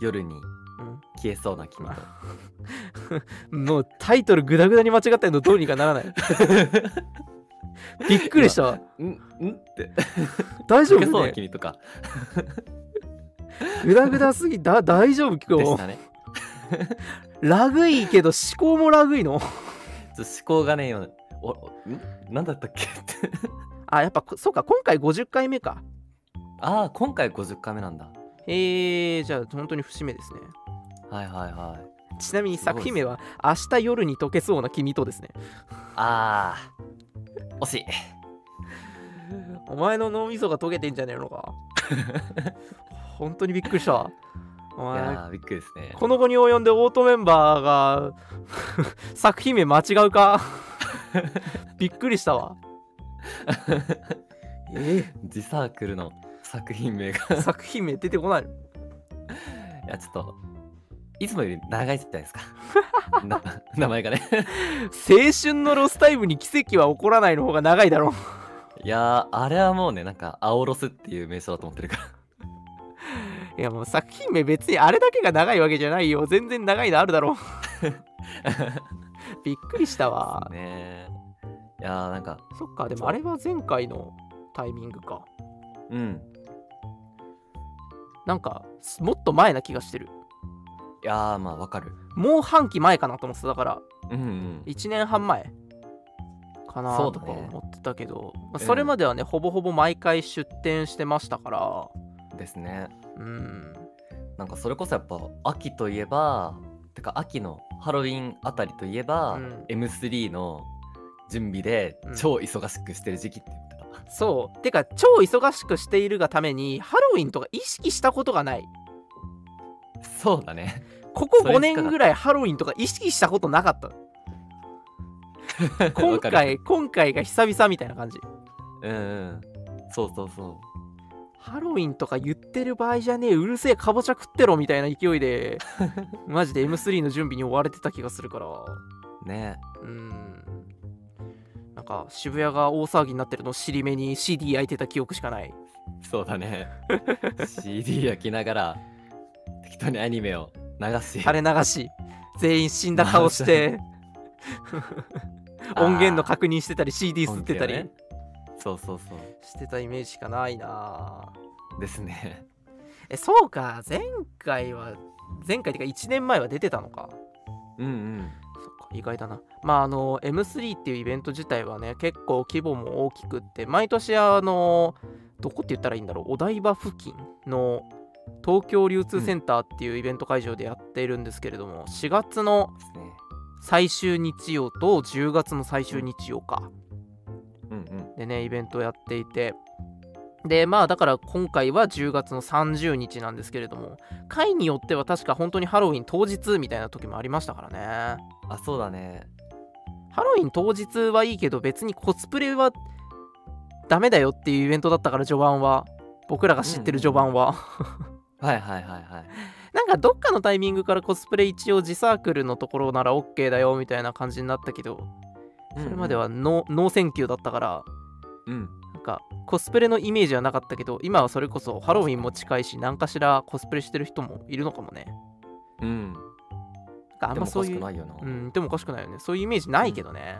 Speaker 2: 夜に
Speaker 1: うん
Speaker 2: 消えそうな君と
Speaker 1: もうタイトルグダグダに間違ってんのどうにかなら ないびっくりした
Speaker 2: んんって
Speaker 1: 大丈
Speaker 2: 消え
Speaker 1: 夫
Speaker 2: そうな
Speaker 1: ね
Speaker 2: 君とか
Speaker 1: グダグダすぎだ大丈夫
Speaker 2: で
Speaker 1: 今
Speaker 2: し
Speaker 1: 日
Speaker 2: たね
Speaker 1: ラグいけど思考もラグいの
Speaker 2: ちょっと思考がね今おおんなんだったっけ って
Speaker 1: あやっぱそうか今回50回目か
Speaker 2: ああ今回50回目なんだ
Speaker 1: えー、じゃあ本当に節目ですね
Speaker 2: はいはいはい
Speaker 1: ちなみに
Speaker 2: すごい
Speaker 1: 作品名は「明日夜に溶けそうな君と」ですね
Speaker 2: あー惜しい
Speaker 1: お前の脳みそが溶けてんじゃねえのか本当にびっくりしたお
Speaker 2: い
Speaker 1: 前
Speaker 2: やーびっくりですね
Speaker 1: この後に及んでオートメンバーが 作品名間違う かびっくりしたわえ
Speaker 2: ジサークルの作品名が
Speaker 1: ー作品名出てこない
Speaker 2: いやちょっといつもより長いじゃないで すかな名前がね
Speaker 1: 青春のロスタイムに奇跡は起こらないの方が長いだろう
Speaker 2: いやーあれはもうねなんか青ロスっていう名称だと思ってるから
Speaker 1: いやもう作品名別にあれだけが長いわけじゃないよ全然長いのあるだろうびっくりしたわ
Speaker 2: ねーいやーなんか
Speaker 1: そっかでもあれは前回のタイミングか
Speaker 2: うん
Speaker 1: なんかすもっと前な気がしてる
Speaker 2: いやーまあわかる
Speaker 1: もう半期前かなと思ってただから
Speaker 2: うんうん
Speaker 1: 1年半前かな
Speaker 2: そう
Speaker 1: と
Speaker 2: だね
Speaker 1: か思ってたけどまあ
Speaker 2: うん
Speaker 1: それまではね、ほぼほぼ毎回出店してましたから
Speaker 2: ですね
Speaker 1: うん
Speaker 2: なんかそれこそやっぱ秋といえばてか秋のハロウィンあたりといえば、
Speaker 1: うん
Speaker 2: M3 の準備で
Speaker 1: うん
Speaker 2: 超忙しくしてる時期って言ってた、
Speaker 1: そうてか超忙しくしているがためにハロウィンとか意識したことがない
Speaker 2: そうだね
Speaker 1: ここ
Speaker 2: それ
Speaker 1: 5
Speaker 2: しかなか
Speaker 1: 年
Speaker 2: った
Speaker 1: ぐらいハロウィンとか意識したことなかった今
Speaker 2: わかる
Speaker 1: 回今回が久々みたいな感じ
Speaker 2: うんうんそうそうそ
Speaker 1: ハロウィンとか言ってる場合じゃねえうるせえかぼちゃ食ってろみたいな勢い でマジで M3 の準備に追われてた気がするから
Speaker 2: うね
Speaker 1: うんなんか渋谷が大騒ぎになってるのを尻目に CD 焼いてた記憶しかない
Speaker 2: そうだね CD 焼きながら適当にアニメを流し
Speaker 1: 垂れ流し全員死んだ顔して
Speaker 2: あー
Speaker 1: 音源の確認してたり CD 吸ってたり、
Speaker 2: 本家をねそうそうそう
Speaker 1: してたイメージしかないなぁ
Speaker 2: ですね
Speaker 1: えそうか前回は前回っていうか1年前は出てたのか
Speaker 2: うんうん
Speaker 1: そっか意外だなまああの M3 っていうイベント自体はね結構規模も大きくって毎年あのどこって言ったらいいんだろうお台場付近の東京流通センターっていうイベント会場でやっているんですけれども、4月の
Speaker 2: ですね
Speaker 1: 最終日曜と10月の最終日曜か、
Speaker 2: うんうん
Speaker 1: でねイベントをやっていてでまあだから今回は10月の30日なんですけれども回によっては確か本当にハロウィン当日みたいな時もありましたからね
Speaker 2: あそうだね
Speaker 1: ハロウィン当日はいいけど別にコスプレはダメだよっていうイベントだったから序盤は僕らが知ってる序盤は、
Speaker 2: はいはいはいはい
Speaker 1: なんかどっかのタイミングからコスプレ一応自サークルのところなら OK だよみたいな感じになったけどそれまではノ,、ノーセンキューだったから
Speaker 2: うんうん、うん
Speaker 1: なんかコスプレのイメージはなかったけど今はそれこそハロウィンも近いし何かしらコスプレしてる人もいるのかもね
Speaker 2: うん。
Speaker 1: なんかあんまそうい
Speaker 2: でも
Speaker 1: う
Speaker 2: おかしくないよな。
Speaker 1: うんでもおかしくないよねそういうイメージないけどね、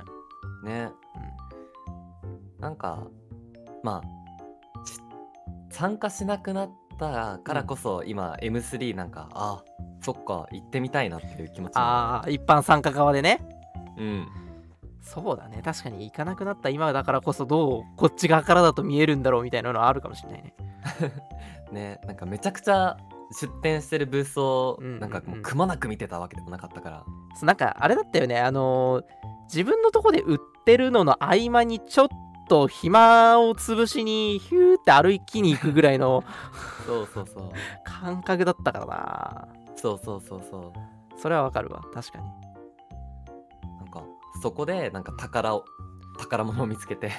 Speaker 2: ね。なんか、まあ、し参加しなくなったからこそ、今 M3 なんか、あ、そっか、行ってみたいなっていう気持ちに。
Speaker 1: ああ一般参加側でね
Speaker 2: うん。
Speaker 1: そうだね確かに行かなくなった今だからこそどうこっち側からだと見えるんだろうみたいなのはあるかもしれないね
Speaker 2: ね、なんかめちゃくちゃ出店してるブースを、
Speaker 1: うんうんうん
Speaker 2: なんかもうくまなく見てたわけでもなかったから。
Speaker 1: そうなんかあれだったよねあのー自分のとこで売ってるのの合間にちょっと暇を潰しにヒューって歩きに行くぐらいの
Speaker 2: そうそうそう。
Speaker 1: 感覚だったからな
Speaker 2: そうそうそうそう。
Speaker 1: それはわかるわ確かに
Speaker 2: なんかそこでなんか宝を宝物を見つけ て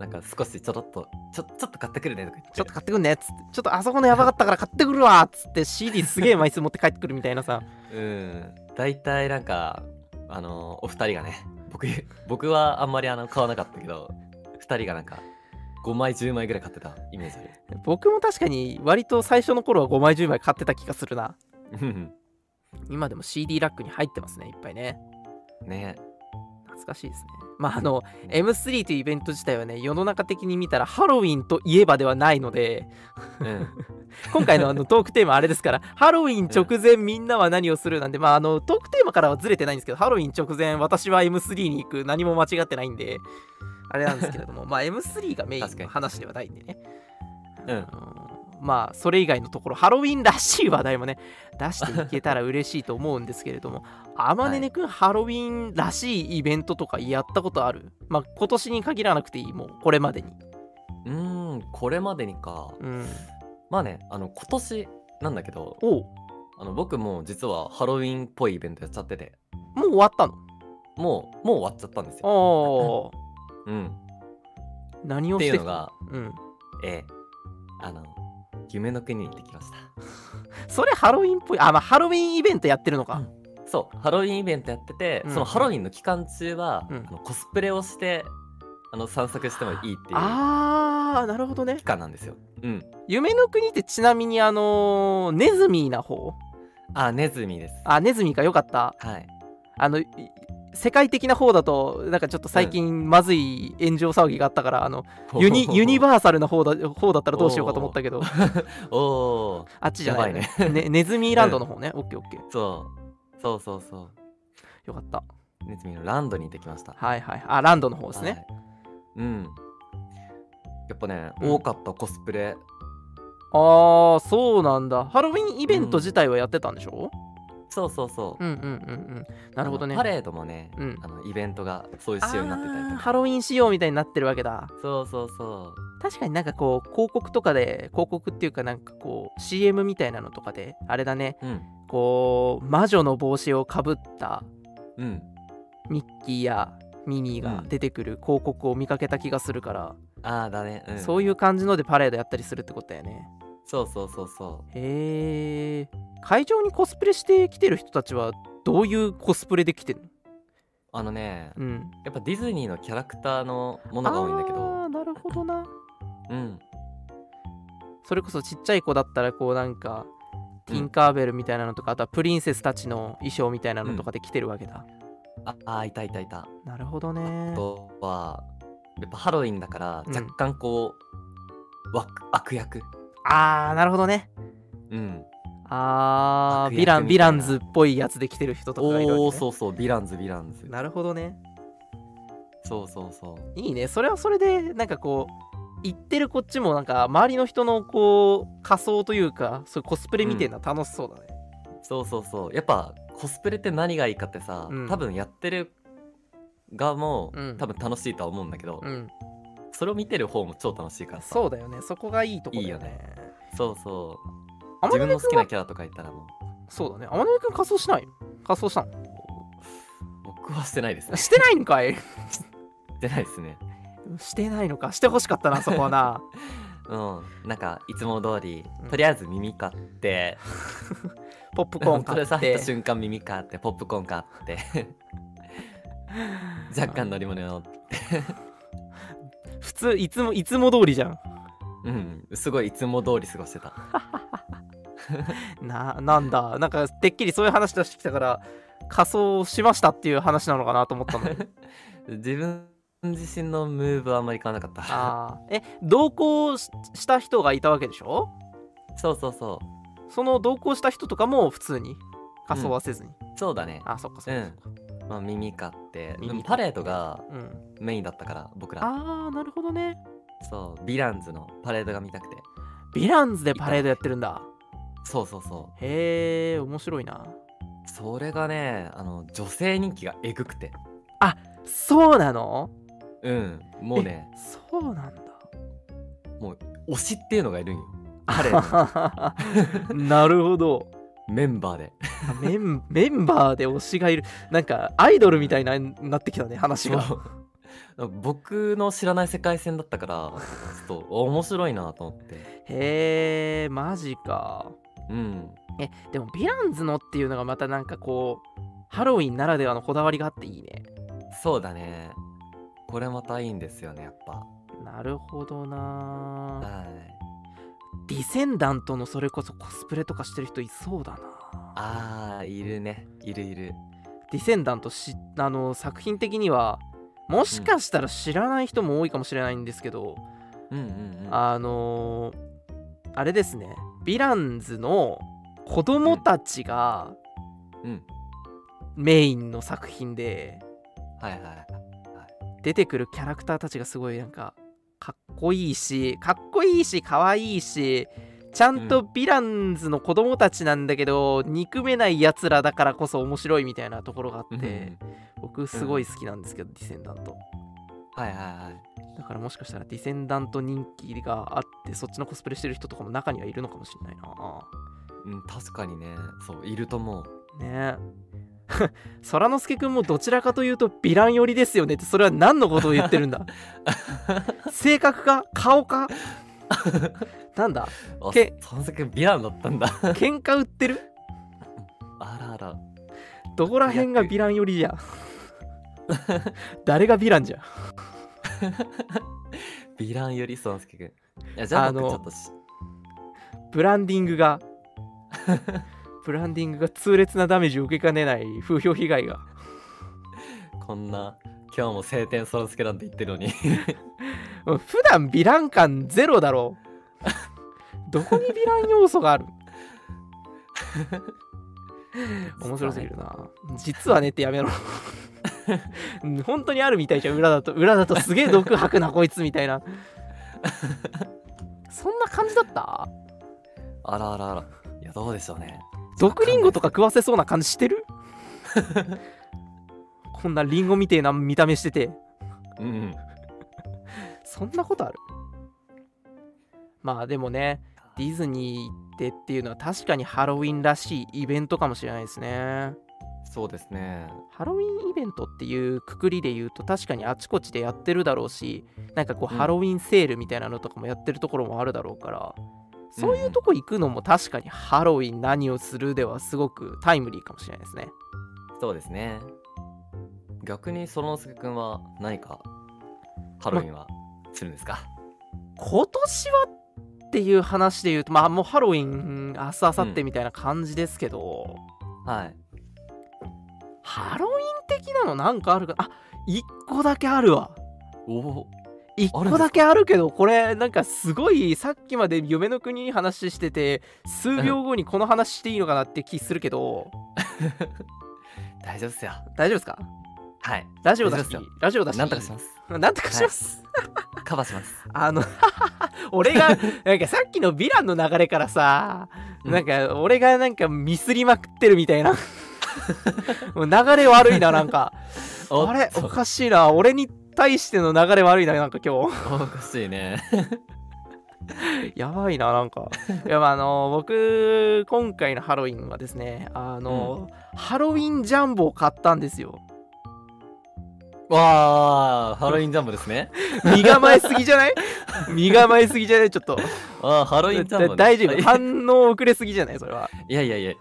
Speaker 2: なんか少しちょろっとちょちょっと買ってくるねとか言って
Speaker 1: ちょっと買ってくんねっつってちょっとあそこのやばかったから買ってくるわっつって CD すげえ枚数持って帰ってくるみたいなさ
Speaker 2: うん大体なんかあのお二人がね僕僕はあんまりあの買わなかったけど二人がなんか5枚10枚ぐらい買ってたイメージある
Speaker 1: 僕も確かに割と最初の頃は5枚10枚買ってた気がするな
Speaker 2: うん
Speaker 1: 今でも CD ラックに入ってますねいっぱいね
Speaker 2: ね
Speaker 1: 懐かしいですねまああの M3 というイベント自体はね世の中的に見たらハロウィンといえばではないの で
Speaker 2: うん
Speaker 1: 今回のあのトークテーマあれですからハロウィン直前みんなは何をするなんでまああのトークテーマからはずれてないんですけどハロウィン直前私は M3 に行く何も間違ってないんであれなんですけれど もまあ M3 がメイン
Speaker 2: 確か
Speaker 1: の
Speaker 2: に
Speaker 1: 話ではないんでね
Speaker 2: うん
Speaker 1: うんまあそれ以外のところハロウィンらしい話題もね出していけたら嬉しいと思うんですけれ どもあまねねくんハロウィンらしいイベントとかやったことあるまあ今年に限らなくていいもうこれまでに
Speaker 2: うーんこれまでにか
Speaker 1: うん
Speaker 2: まあねあの今年なんだけど
Speaker 1: おう
Speaker 2: あの僕も実はハロウィンっぽいイベントやっちゃってて
Speaker 1: もう終わったの
Speaker 2: もうもう終わっちゃったんですよ、
Speaker 1: おお
Speaker 2: うん、
Speaker 1: 何を
Speaker 2: って
Speaker 1: し
Speaker 2: い
Speaker 1: て
Speaker 2: うの
Speaker 1: きた
Speaker 2: が
Speaker 1: うん
Speaker 2: ええあの夢の国に行ってきました
Speaker 1: それハロウィンっぽいあまあハロウィンイベントやってるのか、
Speaker 2: そうハロウィンイベントやってて、
Speaker 1: うん
Speaker 2: そのハロウィンの期間中は、
Speaker 1: うん
Speaker 2: あのコスプレをしてあの散策してもいいっていう
Speaker 1: あーなるほどね
Speaker 2: 期間なんですようん
Speaker 1: 夢の国ってちなみにあのーネズミな方
Speaker 2: あネズミです
Speaker 1: あネズミかよかった
Speaker 2: はい
Speaker 1: あのい世界的な方だとなんかちょっと最近まずい炎上騒ぎがあったからあのユニユニバーサルな方だ方だったらどうしようかと思ったけど
Speaker 2: お お
Speaker 1: あっちじゃない
Speaker 2: や
Speaker 1: ね ねネズミランドの方ね、オッケーオッケー
Speaker 2: ーそうそうそうそ
Speaker 1: よかった
Speaker 2: うネズミのランドに行ってきました
Speaker 1: はいはいあランドの方ですね、
Speaker 2: はいうんやっぱね、
Speaker 1: うん
Speaker 2: 多かったコスプレ
Speaker 1: ああそうなんだハロウィンイベント自体はやってたんでしょ、
Speaker 2: そうそうそう、
Speaker 1: うん、うんうんうんなるほどね
Speaker 2: あのパレードもね、
Speaker 1: うん
Speaker 2: あのイベントがそういう仕様になってたり
Speaker 1: あー
Speaker 2: と
Speaker 1: ハ
Speaker 2: か
Speaker 1: ロウィン仕様みたいになってるわけだ
Speaker 2: そうそうそ
Speaker 1: 確かになんかこう広告とかで広告っていうかなんかこう CM みたいなのとかであれだね
Speaker 2: ううん
Speaker 1: こう魔女の帽子をかぶった
Speaker 2: うん
Speaker 1: ミッキーやミニーが
Speaker 2: うん
Speaker 1: 出てくる広告を見かけた気がするから、
Speaker 2: ああだね、うん、
Speaker 1: そういう感じのでパレードやったりするってことだよね
Speaker 2: そうそうそうそ
Speaker 1: へえ会場にコスプレしてきてる人たちはどういうコスプレで来てるの
Speaker 2: うあのね
Speaker 1: うん
Speaker 2: やっぱディズニーのキャラクターのも
Speaker 1: あ
Speaker 2: のが多いんだけど
Speaker 1: ーなるほどな
Speaker 2: うん
Speaker 1: それこそちっちゃい子だったらこうなんか
Speaker 2: う
Speaker 1: テ
Speaker 2: ん
Speaker 1: ィンカーベルみたいなのとか、あとはプリンセスたちの衣装みたいなのとかで来てるわけだ、
Speaker 2: ああーいたいたいた
Speaker 1: なるほど
Speaker 2: あ
Speaker 1: ね
Speaker 2: とはやっぱハロウィンだから
Speaker 1: うん
Speaker 2: 若干こう、わ悪役
Speaker 1: あーなるほどね
Speaker 2: うん
Speaker 1: あー
Speaker 2: 悪役
Speaker 1: ヴィランヴ
Speaker 2: み
Speaker 1: ィ
Speaker 2: た
Speaker 1: ラ
Speaker 2: いな
Speaker 1: ンズっぽいやつで来てる人とかがいるわ
Speaker 2: おお
Speaker 1: け、ね、
Speaker 2: そうそうヴィランズヴィランズ
Speaker 1: なるほどね
Speaker 2: そうそうそう
Speaker 1: いいねそれはそれでなんかこう行ってるこっちもなんか周りの人のこう仮装というかそういうコスプレみたいな楽しそうだね、
Speaker 2: そうそうそうやっぱコスプレって何がいいかってさ、
Speaker 1: うん
Speaker 2: 多分やってる側も、
Speaker 1: うん
Speaker 2: 多分楽しいとは思うんだけど、
Speaker 1: うん
Speaker 2: それを見てる方も超楽しいからさ
Speaker 1: そうだよねそこがいいとこだよね
Speaker 2: いいよそうそ
Speaker 1: あ
Speaker 2: う
Speaker 1: ま
Speaker 2: 自
Speaker 1: ね
Speaker 2: 分
Speaker 1: ね
Speaker 2: の好き
Speaker 1: 君は
Speaker 2: なキャラとかいたらもう
Speaker 1: そうだね天野君仮装しない仮装したの
Speaker 2: 僕はしてないです ね
Speaker 1: してないんかい
Speaker 2: してないですね
Speaker 1: してないのかしてほしかったなそこは な
Speaker 2: うんなんかいつも通り、
Speaker 1: うん
Speaker 2: とりあえず耳買って
Speaker 1: ポップコーン
Speaker 2: プ
Speaker 1: 買
Speaker 2: レス
Speaker 1: っ
Speaker 2: 入ってた瞬間耳 買ってポップコーン買って若干乗り物乗って
Speaker 1: 普通いつもいつも通りじゃん
Speaker 2: うんすごいいつも通り過ごしてた
Speaker 1: ななんだなんかてっきりそういう話出してきたから仮装しましたっていう話なのかなと思 ったのに
Speaker 2: 自分自身のムーブはあんまり買わなかった
Speaker 1: あーえ同行しした人がいたわけでしょ
Speaker 2: そうそうそう
Speaker 1: その同行した人とかも普通に仮装はせずに、
Speaker 2: そうだね、
Speaker 1: あそっかそっかそっか、
Speaker 2: まあ、耳買って
Speaker 1: 耳買って
Speaker 2: でもパレードが
Speaker 1: うん
Speaker 2: メインだったから僕ら
Speaker 1: あーなるほどね
Speaker 2: そうヴィランズのパレードが見たくて
Speaker 1: ヴィランズでパレードやってるんだ
Speaker 2: そうそうそ
Speaker 1: へえ面白いな
Speaker 2: うそれがねあの女性人気がえぐくて
Speaker 1: そうなの
Speaker 2: うんもうね
Speaker 1: えそうなん だ
Speaker 2: 推しっていうのがいるんよパレードの
Speaker 1: あれなるほど
Speaker 2: メンバーで
Speaker 1: あメンメンバーで推しがいるなんかアイドルみたいななってきたね話が
Speaker 2: そう 僕の知らない世界線だったからちょっと面白いなと思って
Speaker 1: へえマジか
Speaker 2: うん
Speaker 1: えでもヴィランズのっていうのがまたなんかこうハロウィンならではのこだわりがあっていいね
Speaker 2: そうだねこれまたいいんですよねやっぱ
Speaker 1: なるほどな
Speaker 2: はい
Speaker 1: ディセンダントのそれこそコスプレとかしてる人いそうだな
Speaker 2: あーいるねいるいる
Speaker 1: ディセンダントしあの作品的にはもしかしたら知らない人も多いかもしれないんですけど、
Speaker 2: うんうんうん
Speaker 1: あのーあれですねヴィランズの子供たちが
Speaker 2: うん
Speaker 1: メインの作品で
Speaker 2: はいはい
Speaker 1: 出てくるキャラクターたちがすごいなんかかっこいいしかっこいいしかわいいしちゃんと
Speaker 2: う
Speaker 1: ヴィランズの子供たちなんだけど、憎めないやつらだからこそ面白いみたいなところがあ
Speaker 2: う
Speaker 1: っ
Speaker 2: ん
Speaker 1: て、僕すごい好きなんですけど、ディセンダント
Speaker 2: はいはいはい
Speaker 1: だからもしかしたらディセンダント人気があってそっちのコスプレしてる人とかも中にはいるのかもしれないな
Speaker 2: うん確かにねそういると思
Speaker 1: ね
Speaker 2: う
Speaker 1: え空之助くんもどちらかというとヴィラン寄りですよねってそれは何のことを言ってるんだ性格か顔かなんだ
Speaker 2: あ
Speaker 1: け
Speaker 2: その先ヴィランだったんだ
Speaker 1: 喧嘩売ってる
Speaker 2: あらあら
Speaker 1: どこら辺がヴィラン寄りじゃん誰がヴィランじゃん
Speaker 2: ヴィランよりそのすけくんいやじゃあ
Speaker 1: あ
Speaker 2: 僕
Speaker 1: の
Speaker 2: ちょっとし
Speaker 1: ブランディングがブランディングが痛烈なダメージを受けかねない風評被害が
Speaker 2: こんな今日も晴天そのすけなんて言ってるのに
Speaker 1: うん普段ヴィラン感ゼロだろうどこにヴィラン要素がある面白すぎるな実はねってやめろ うん本当にあるみたいじゃん裏だと裏だとすげえ毒吐くなこいつみたいなそんな感じだった
Speaker 2: あらあらあらいやどうでしょうね
Speaker 1: 毒リンゴとか食わせそうな感じしてるこんなリンゴみてえな見た目してて
Speaker 2: うんうん
Speaker 1: そんなことあるまあでもねディズニー行ってっていうのは確かにハロウィンらしいイベントかもしれないですね
Speaker 2: そうですね
Speaker 1: ハロウィンイベントっていうくくりで言うと確かにあちこちでやってるだろうしなんかこう
Speaker 2: うん
Speaker 1: ハロウィンセールみたいなのとかもやってるところもあるだろうから、そういうとこ行くのも確かにハロウィン何をするではすごくタイムリーかもしれないですね
Speaker 2: そうですね逆にそのすけくんは何かハロウィンはするんですか、
Speaker 1: 今年はっていう話で言うとまあもうハロウィン明日明後日みたいな感じですけど、
Speaker 2: はい
Speaker 1: ハロウィン的なのなんかあるかあ一個だけあるわ
Speaker 2: おお
Speaker 1: 一個だけあるけどこれなんかすごいさっきまで夢の国に話してて数秒後にこの話していいのかなって気するけど
Speaker 2: 大丈夫っすよ
Speaker 1: 大丈夫ですか
Speaker 2: はい
Speaker 1: ラジオだし
Speaker 2: 大丈夫です
Speaker 1: ラジオだし
Speaker 2: なんとかします
Speaker 1: すなんとかします、
Speaker 2: カバーします
Speaker 1: あの 俺がなんかさっきのヴィランの流れからさ
Speaker 2: うん
Speaker 1: なんか俺がなんかミスりまくってるみたいな もう流れ悪いななんか
Speaker 2: お
Speaker 1: あれ
Speaker 2: そ
Speaker 1: お
Speaker 2: う
Speaker 1: かしいな俺に対しての流れ悪いななんか今日
Speaker 2: おかしい ね
Speaker 1: やばいな、なん か。いや、まあ、あの、僕、今回のハロウィンはですね、あの、ハロウィンジャンボを買ったんですよ。
Speaker 2: わあハロウィンジャンボですね
Speaker 1: 身構えすぎじゃ ない身構えすぎじゃないちょっと。
Speaker 2: ああハロウィンジャンボ、ね、
Speaker 1: 大丈
Speaker 2: い
Speaker 1: 夫。
Speaker 2: や
Speaker 1: 反応遅れすぎじゃないそれは。
Speaker 2: いやいやいや い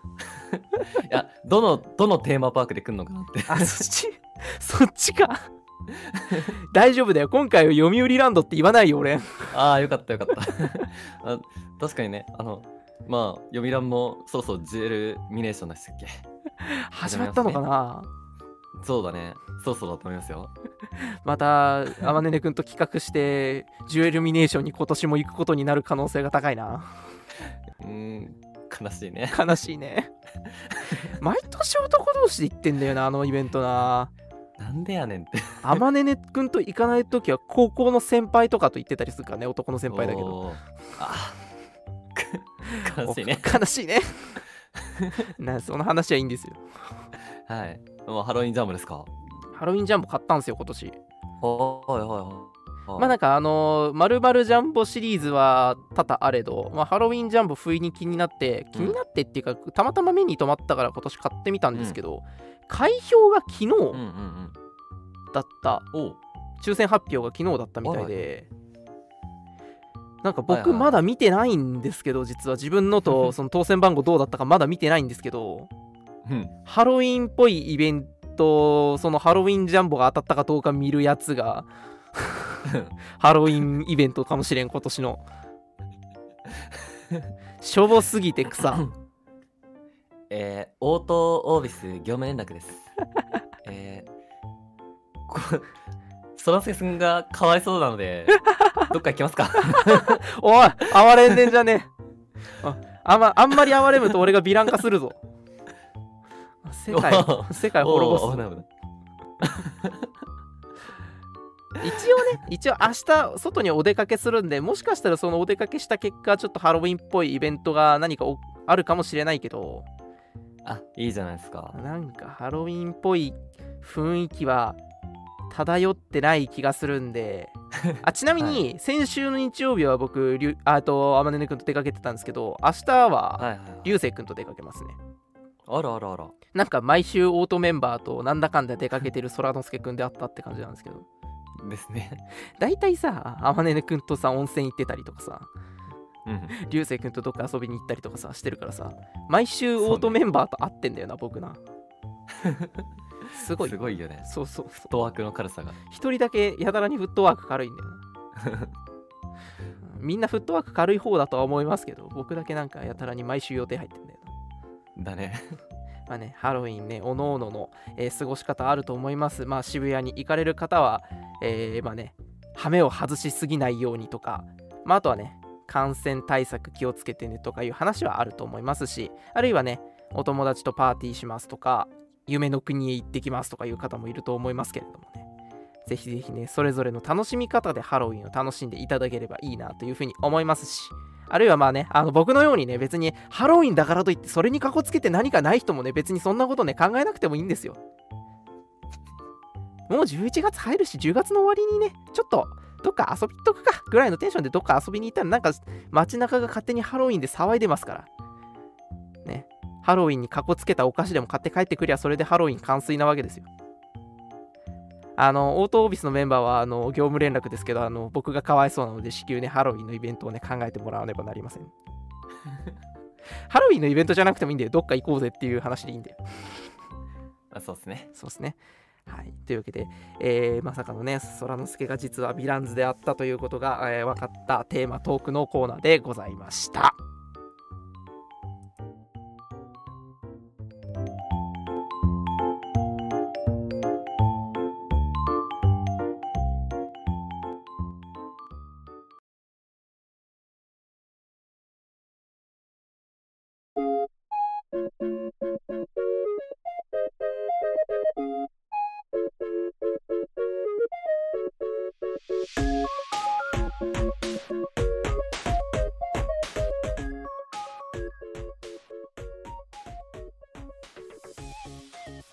Speaker 2: やどのどのテーマパークで来るのかなって
Speaker 1: あ、そっちそっち か。大丈夫だよ。今回は読売ランドって言わないよ、俺。
Speaker 2: ああよかったよかった あ確かにねあのまあ読み欄もそろそろジェルミネーションでしたっけ
Speaker 1: 始まったのかな
Speaker 2: そうだねそろそろだと思いますよ
Speaker 1: ま た、あまねねくんと企画して、ジュエルミネーションに今年も行くことになる可能性が高いな。
Speaker 2: うーん悲しいね
Speaker 1: 悲しいね毎年男同士で行ってんだよなあのイベントな
Speaker 2: なんでやねんって
Speaker 1: あまねねくんと行かない時は高校の先輩とかと行ってたりするからね男の先輩だけど
Speaker 2: おー あーく悲しいね
Speaker 1: お悲しいねなその話はいいんですよ
Speaker 2: はいもうハロウィンジャンボですか
Speaker 1: ハロウィンジャンボ買ったんですよ今年
Speaker 2: はいはいはいはい
Speaker 1: まあなんかあのーまるまるジャンボシリーズは多々あれど、まあ、ハロウィンジャンボ不意に気になって気になってっていうか、たまたま目に留まったから今年買ってみたんですけど、開票が昨
Speaker 2: うんう
Speaker 1: 日
Speaker 2: んうん
Speaker 1: だった
Speaker 2: おう
Speaker 1: 抽選発表が昨日だったみたいで、なんか
Speaker 2: はいは
Speaker 1: 僕
Speaker 2: い
Speaker 1: まだ見てないんですけど、実は自分の とその当選番号どうだったかまだ見てないんですけど、
Speaker 2: うん
Speaker 1: ハ ロウィンっぽいイベント、そのハロウィンジャンボが当たったかどうか見るやつが、ハロウィンイベントかもしれん今年 のしょぼすぎて草
Speaker 2: えー、オートオービス業務連絡 です。えー、こそらせくんがかわいそうな ので、どっか行きますか
Speaker 1: おい哀れんでんじゃねえああ,、まあんまり哀れむと俺がヴィラン化するぞ世界
Speaker 2: お
Speaker 1: 世界滅ぼす
Speaker 2: おー
Speaker 1: ぞ
Speaker 2: 危ない危ない
Speaker 1: 一応ね一応明日外にお出かけするんでもしかしたらそのお出かけした結果ちょっとハロウィンっぽいイベントが何かおあるかもしれないけど
Speaker 2: あ、いいじゃないですか。
Speaker 1: なんかハロウィンっぽい雰囲気は漂ってない気がするん であちなみに先週の日曜日は僕りゅあと天音くんと出かけてたんですけど明日
Speaker 2: はい
Speaker 1: は
Speaker 2: はい、はい。
Speaker 1: 流星くんと出かけますね
Speaker 2: あらあらあら。
Speaker 1: なんか毎週オートメンバーとなんだかんだ出かけてる空之助くんであったって感じなんですけど
Speaker 2: ですね。
Speaker 1: 大体さ天音くんとさ温泉行ってたりとかさ
Speaker 2: うん。
Speaker 1: 流星くんとどっか遊びに行ったりとかさしてるからさ毎週オートメンバーと会ってんだよな、僕 なすごい
Speaker 2: すごいよね。
Speaker 1: そうそうそう
Speaker 2: ドワークの軽さが。
Speaker 1: 一人だけやたらにフットワーク軽いんだよな みんなフットワーク軽い方だとは思いますけど僕だけなんかやたらに毎週予定入ってんだよな
Speaker 2: だね。
Speaker 1: まあねハロウィンねおのおのの、えー過ごし方あると思いますまあ渋谷に行かれる方はえーまあね羽目を外しすぎないようにとかまああとはね感染対策気をつけてねとかいう話はあると思いますしあるいはねお友達とパーティーしますとか夢の国へ行ってきますとかいう方もいると思いますけれどもねぜひぜひねそれぞれの楽しみ方でハロウィンを楽しんでいただければいいなというふうに思いますしあるいはまあねあの僕のようにね別にハロウィンだからといってそれにかこつけて何かない人もね別にそんなことね考えなくてもいいんですよもう11月入るし10月の終わりにねちょっとどっか遊び行っとくかぐらいのテンションでどっか遊びに行ったらなんか街中が勝手にハロウィンで騒いでますからねハロウィンにかこつけたお菓子でも買って帰ってくりゃそれでハロウィン完遂なわけですよあのオートオービスのメンバーはあの業務連絡ですけどあの僕がかわいそうなので至急ねハロウィンのイベントをね考えてもらわねばなりませんハロウィンのイベントじゃなくてもいいんだよどっか行こうぜっていう話でいいんだよ
Speaker 2: あそうですね。
Speaker 1: そうですね。はい、というわけで、えーまさかのね、空之助が実はヴィランズであったということが、えー分かったテーマトークのコーナーでございました。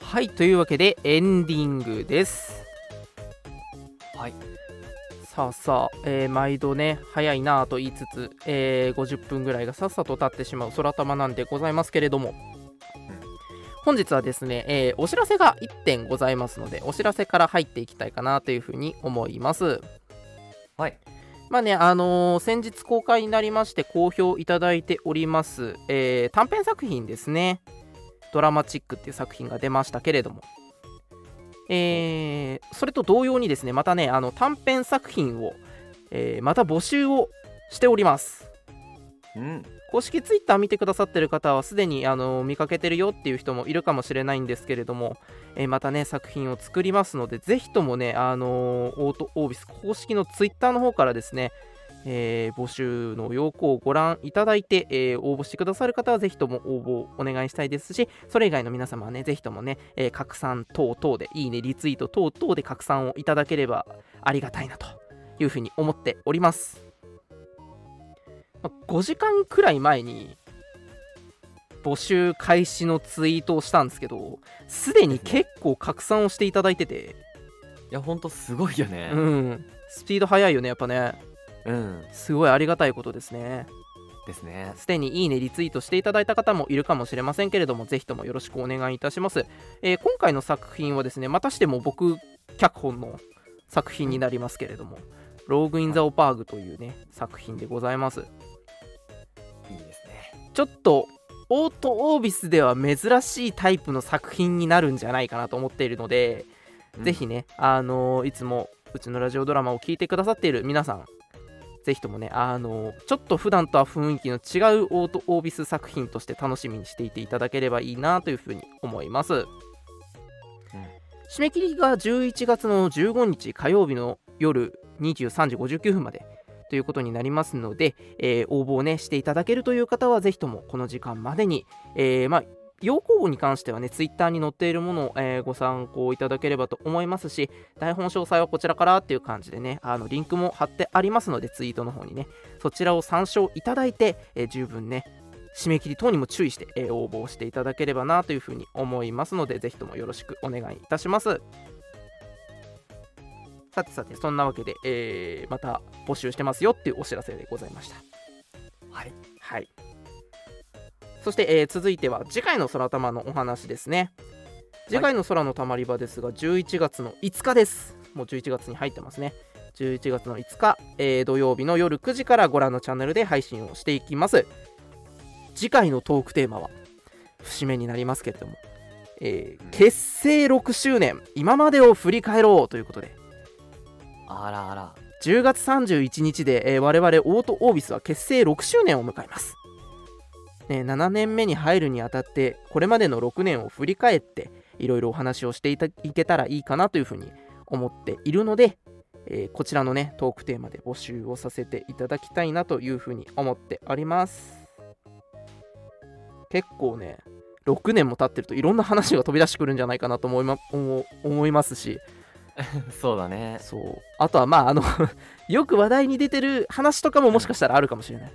Speaker 1: はい、というわけでエンディングです。
Speaker 2: はい。
Speaker 1: さあさあ、えー毎度ね、早いなぁと言いつつ、えー50分ぐらいがさっさと経ってしまう空玉なんでございますけれども、本日はですね、えーお知らせが1点ございますので、お知らせから入っていきたいかなというふうに思います。
Speaker 2: はい。
Speaker 1: まあね、あのー先日公開になりまして好評いただいております、えー短編作品ですね。ドラマチックっていう作品が出ましたけれども、えーそれと同様にですね、またね、あの短編作品を、えーまた募集をしております。
Speaker 2: うん。
Speaker 1: 公式ツイッター見てくださってる方はすでにあの見かけてるよっていう人もいるかもしれないんですけれども、えーまたね作品を作りますのでぜひともねあのーオートオービス公式のツイッターの方からですね、えー募集の要項をご覧いただいて、えー応募してくださる方はぜひとも応募お願いしたいですしそれ以外の皆様はねぜひともね、えー拡散等々でいいねリツイート等々で拡散をいただければありがたいなというふうに思っておりますまあ5時間くらい前に募集開始のツイートをしたんですけどすでに結構拡散をしていただいてて、
Speaker 2: いや、ほんとすごいよね
Speaker 1: う。ん、スピード速いよねやっぱね
Speaker 2: うん。
Speaker 1: すごいありがたいことですね
Speaker 2: ですね。
Speaker 1: すでにいいねリツイートしていただいた方もいるかもしれませんけれどもぜひともよろしくお願いいたします、えー今回の作品はですねまたしても僕脚本の作品になりますけれども「ローグ・イン・ザ・オパーグ」というね作品でございます
Speaker 2: いいですね。
Speaker 1: ちょっとオートオービスでは珍しいタイプの作品になるんじゃないかなと思っているので、
Speaker 2: うん
Speaker 1: ぜひ。ね、あのーいつもうちのラジオドラマを聞いてくださっている皆さん、ぜひともね、あの、ちょっと普段とは雰囲気の違うオートオービス作品として楽しみにしていていただければいいなというふうに思います。締め切りが11月の15日火曜日の夜23時59分までということになりますので、えー応募をねしていただけるという方はぜひともこの時間までに、えーまあ要項に関してはね、ツイッターに載っているものを、えーご参考いただければと思いますし、台本詳細はこちらからっていう感じでね、あのリンクも貼ってありますので、ツイートの方にね、そちらを参照いただいて、えー十分ね、締め切り等にも注意して、えー応募をしていただければなというふうに思いますので、ぜひともよろしくお願いいたします。さてさて、そんなわけで、えーまた募集してますよっていうお知らせでございました。
Speaker 2: はい。
Speaker 1: はい。そして、えー続いては次回の空玉のお話ですね。次回の空のたまり場ですが、11月の5日です。もう11月に入ってますね。11月の5日、えー土曜日の夜9時からご覧のチャンネルで配信をしていきます。次回のトークテーマは、節目になりますけれども、えー結成6周年、今までを振り返ろうということで、
Speaker 2: あらあら。
Speaker 1: 10月31日で、えー我々オートオービスは結成6周年を迎えます、ね、7年目に入るにあたってこれまでの6年を振り返っていろいろお話をしていたいけたらいいかなというふうに思っているので、えーこちらのねトークテーマで募集をさせていただきたいなというふうに思っております結構ね6年も経ってるといろんな話が飛び出してくるんじゃないかなと思い,、ま、思思いますし
Speaker 2: そうだね。
Speaker 1: そうあとはまああの よく話題に出てる話とかももしかしたらあるかもしれない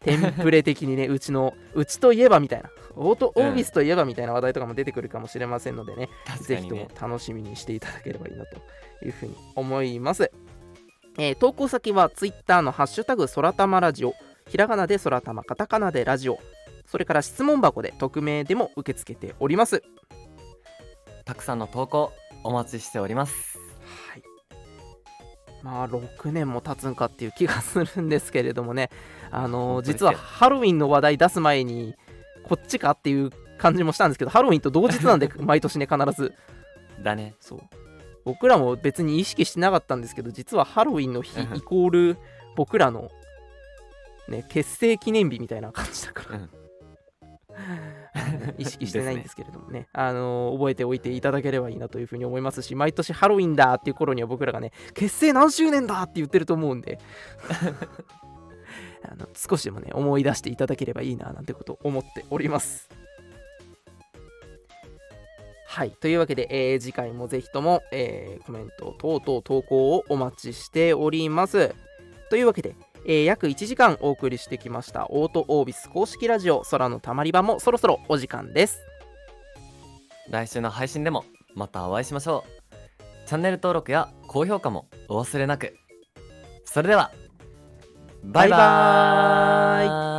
Speaker 1: テンプレ的にね うちのうちといえばみたいなオートオービスといえばみたいな話題とかも出てくるかもしれませんのでね、
Speaker 2: 確
Speaker 1: ぜ
Speaker 2: か
Speaker 1: ひ
Speaker 2: に
Speaker 1: とも
Speaker 2: ね。
Speaker 1: 楽しみにしていただければいいなというふうに思います、えー投稿先は Twitter の「ハッシュタグ空玉ラジオ」ひらがなで空玉カタカナでラジオそれから質問箱で匿名でも受け付けております
Speaker 2: たくさんの投稿お待ちしております。
Speaker 1: はい、まあ6年も経つんかっていう気がするんですけれどもねあの
Speaker 2: 本当です
Speaker 1: 実
Speaker 2: よ
Speaker 1: はハロウィンの話題出す前にこっちかっていう感じもしたんですけどハロウィンと同日なんで毎年ね必ず
Speaker 2: だね。
Speaker 1: そう僕らも別に意識してなかったんですけど実はハロウィンの日イコール僕らの、ね、結成記念日みたいな感じだから
Speaker 2: うん。
Speaker 1: 意識してないんですけれどもねあのー覚えておいていただければいいなというふうに思いますし毎年ハロウィンだっていう頃には僕らがね結成何周年だって言ってると思うん であの少しでもね思い出していただければいいななんてことを思っておりますはいというわけで、えー次回もぜひとも、えーコメント等々投稿をお待ちしておりますというわけでえー約1時間お送りしてきましたオートオービス公式ラジオ空のたまり場もそろそろお時間です
Speaker 2: 来週の配信でもまたお会いしましょう。チャンネル登録や高評価もお忘れなく。それでは、バイバ
Speaker 1: バイバ
Speaker 2: ーイ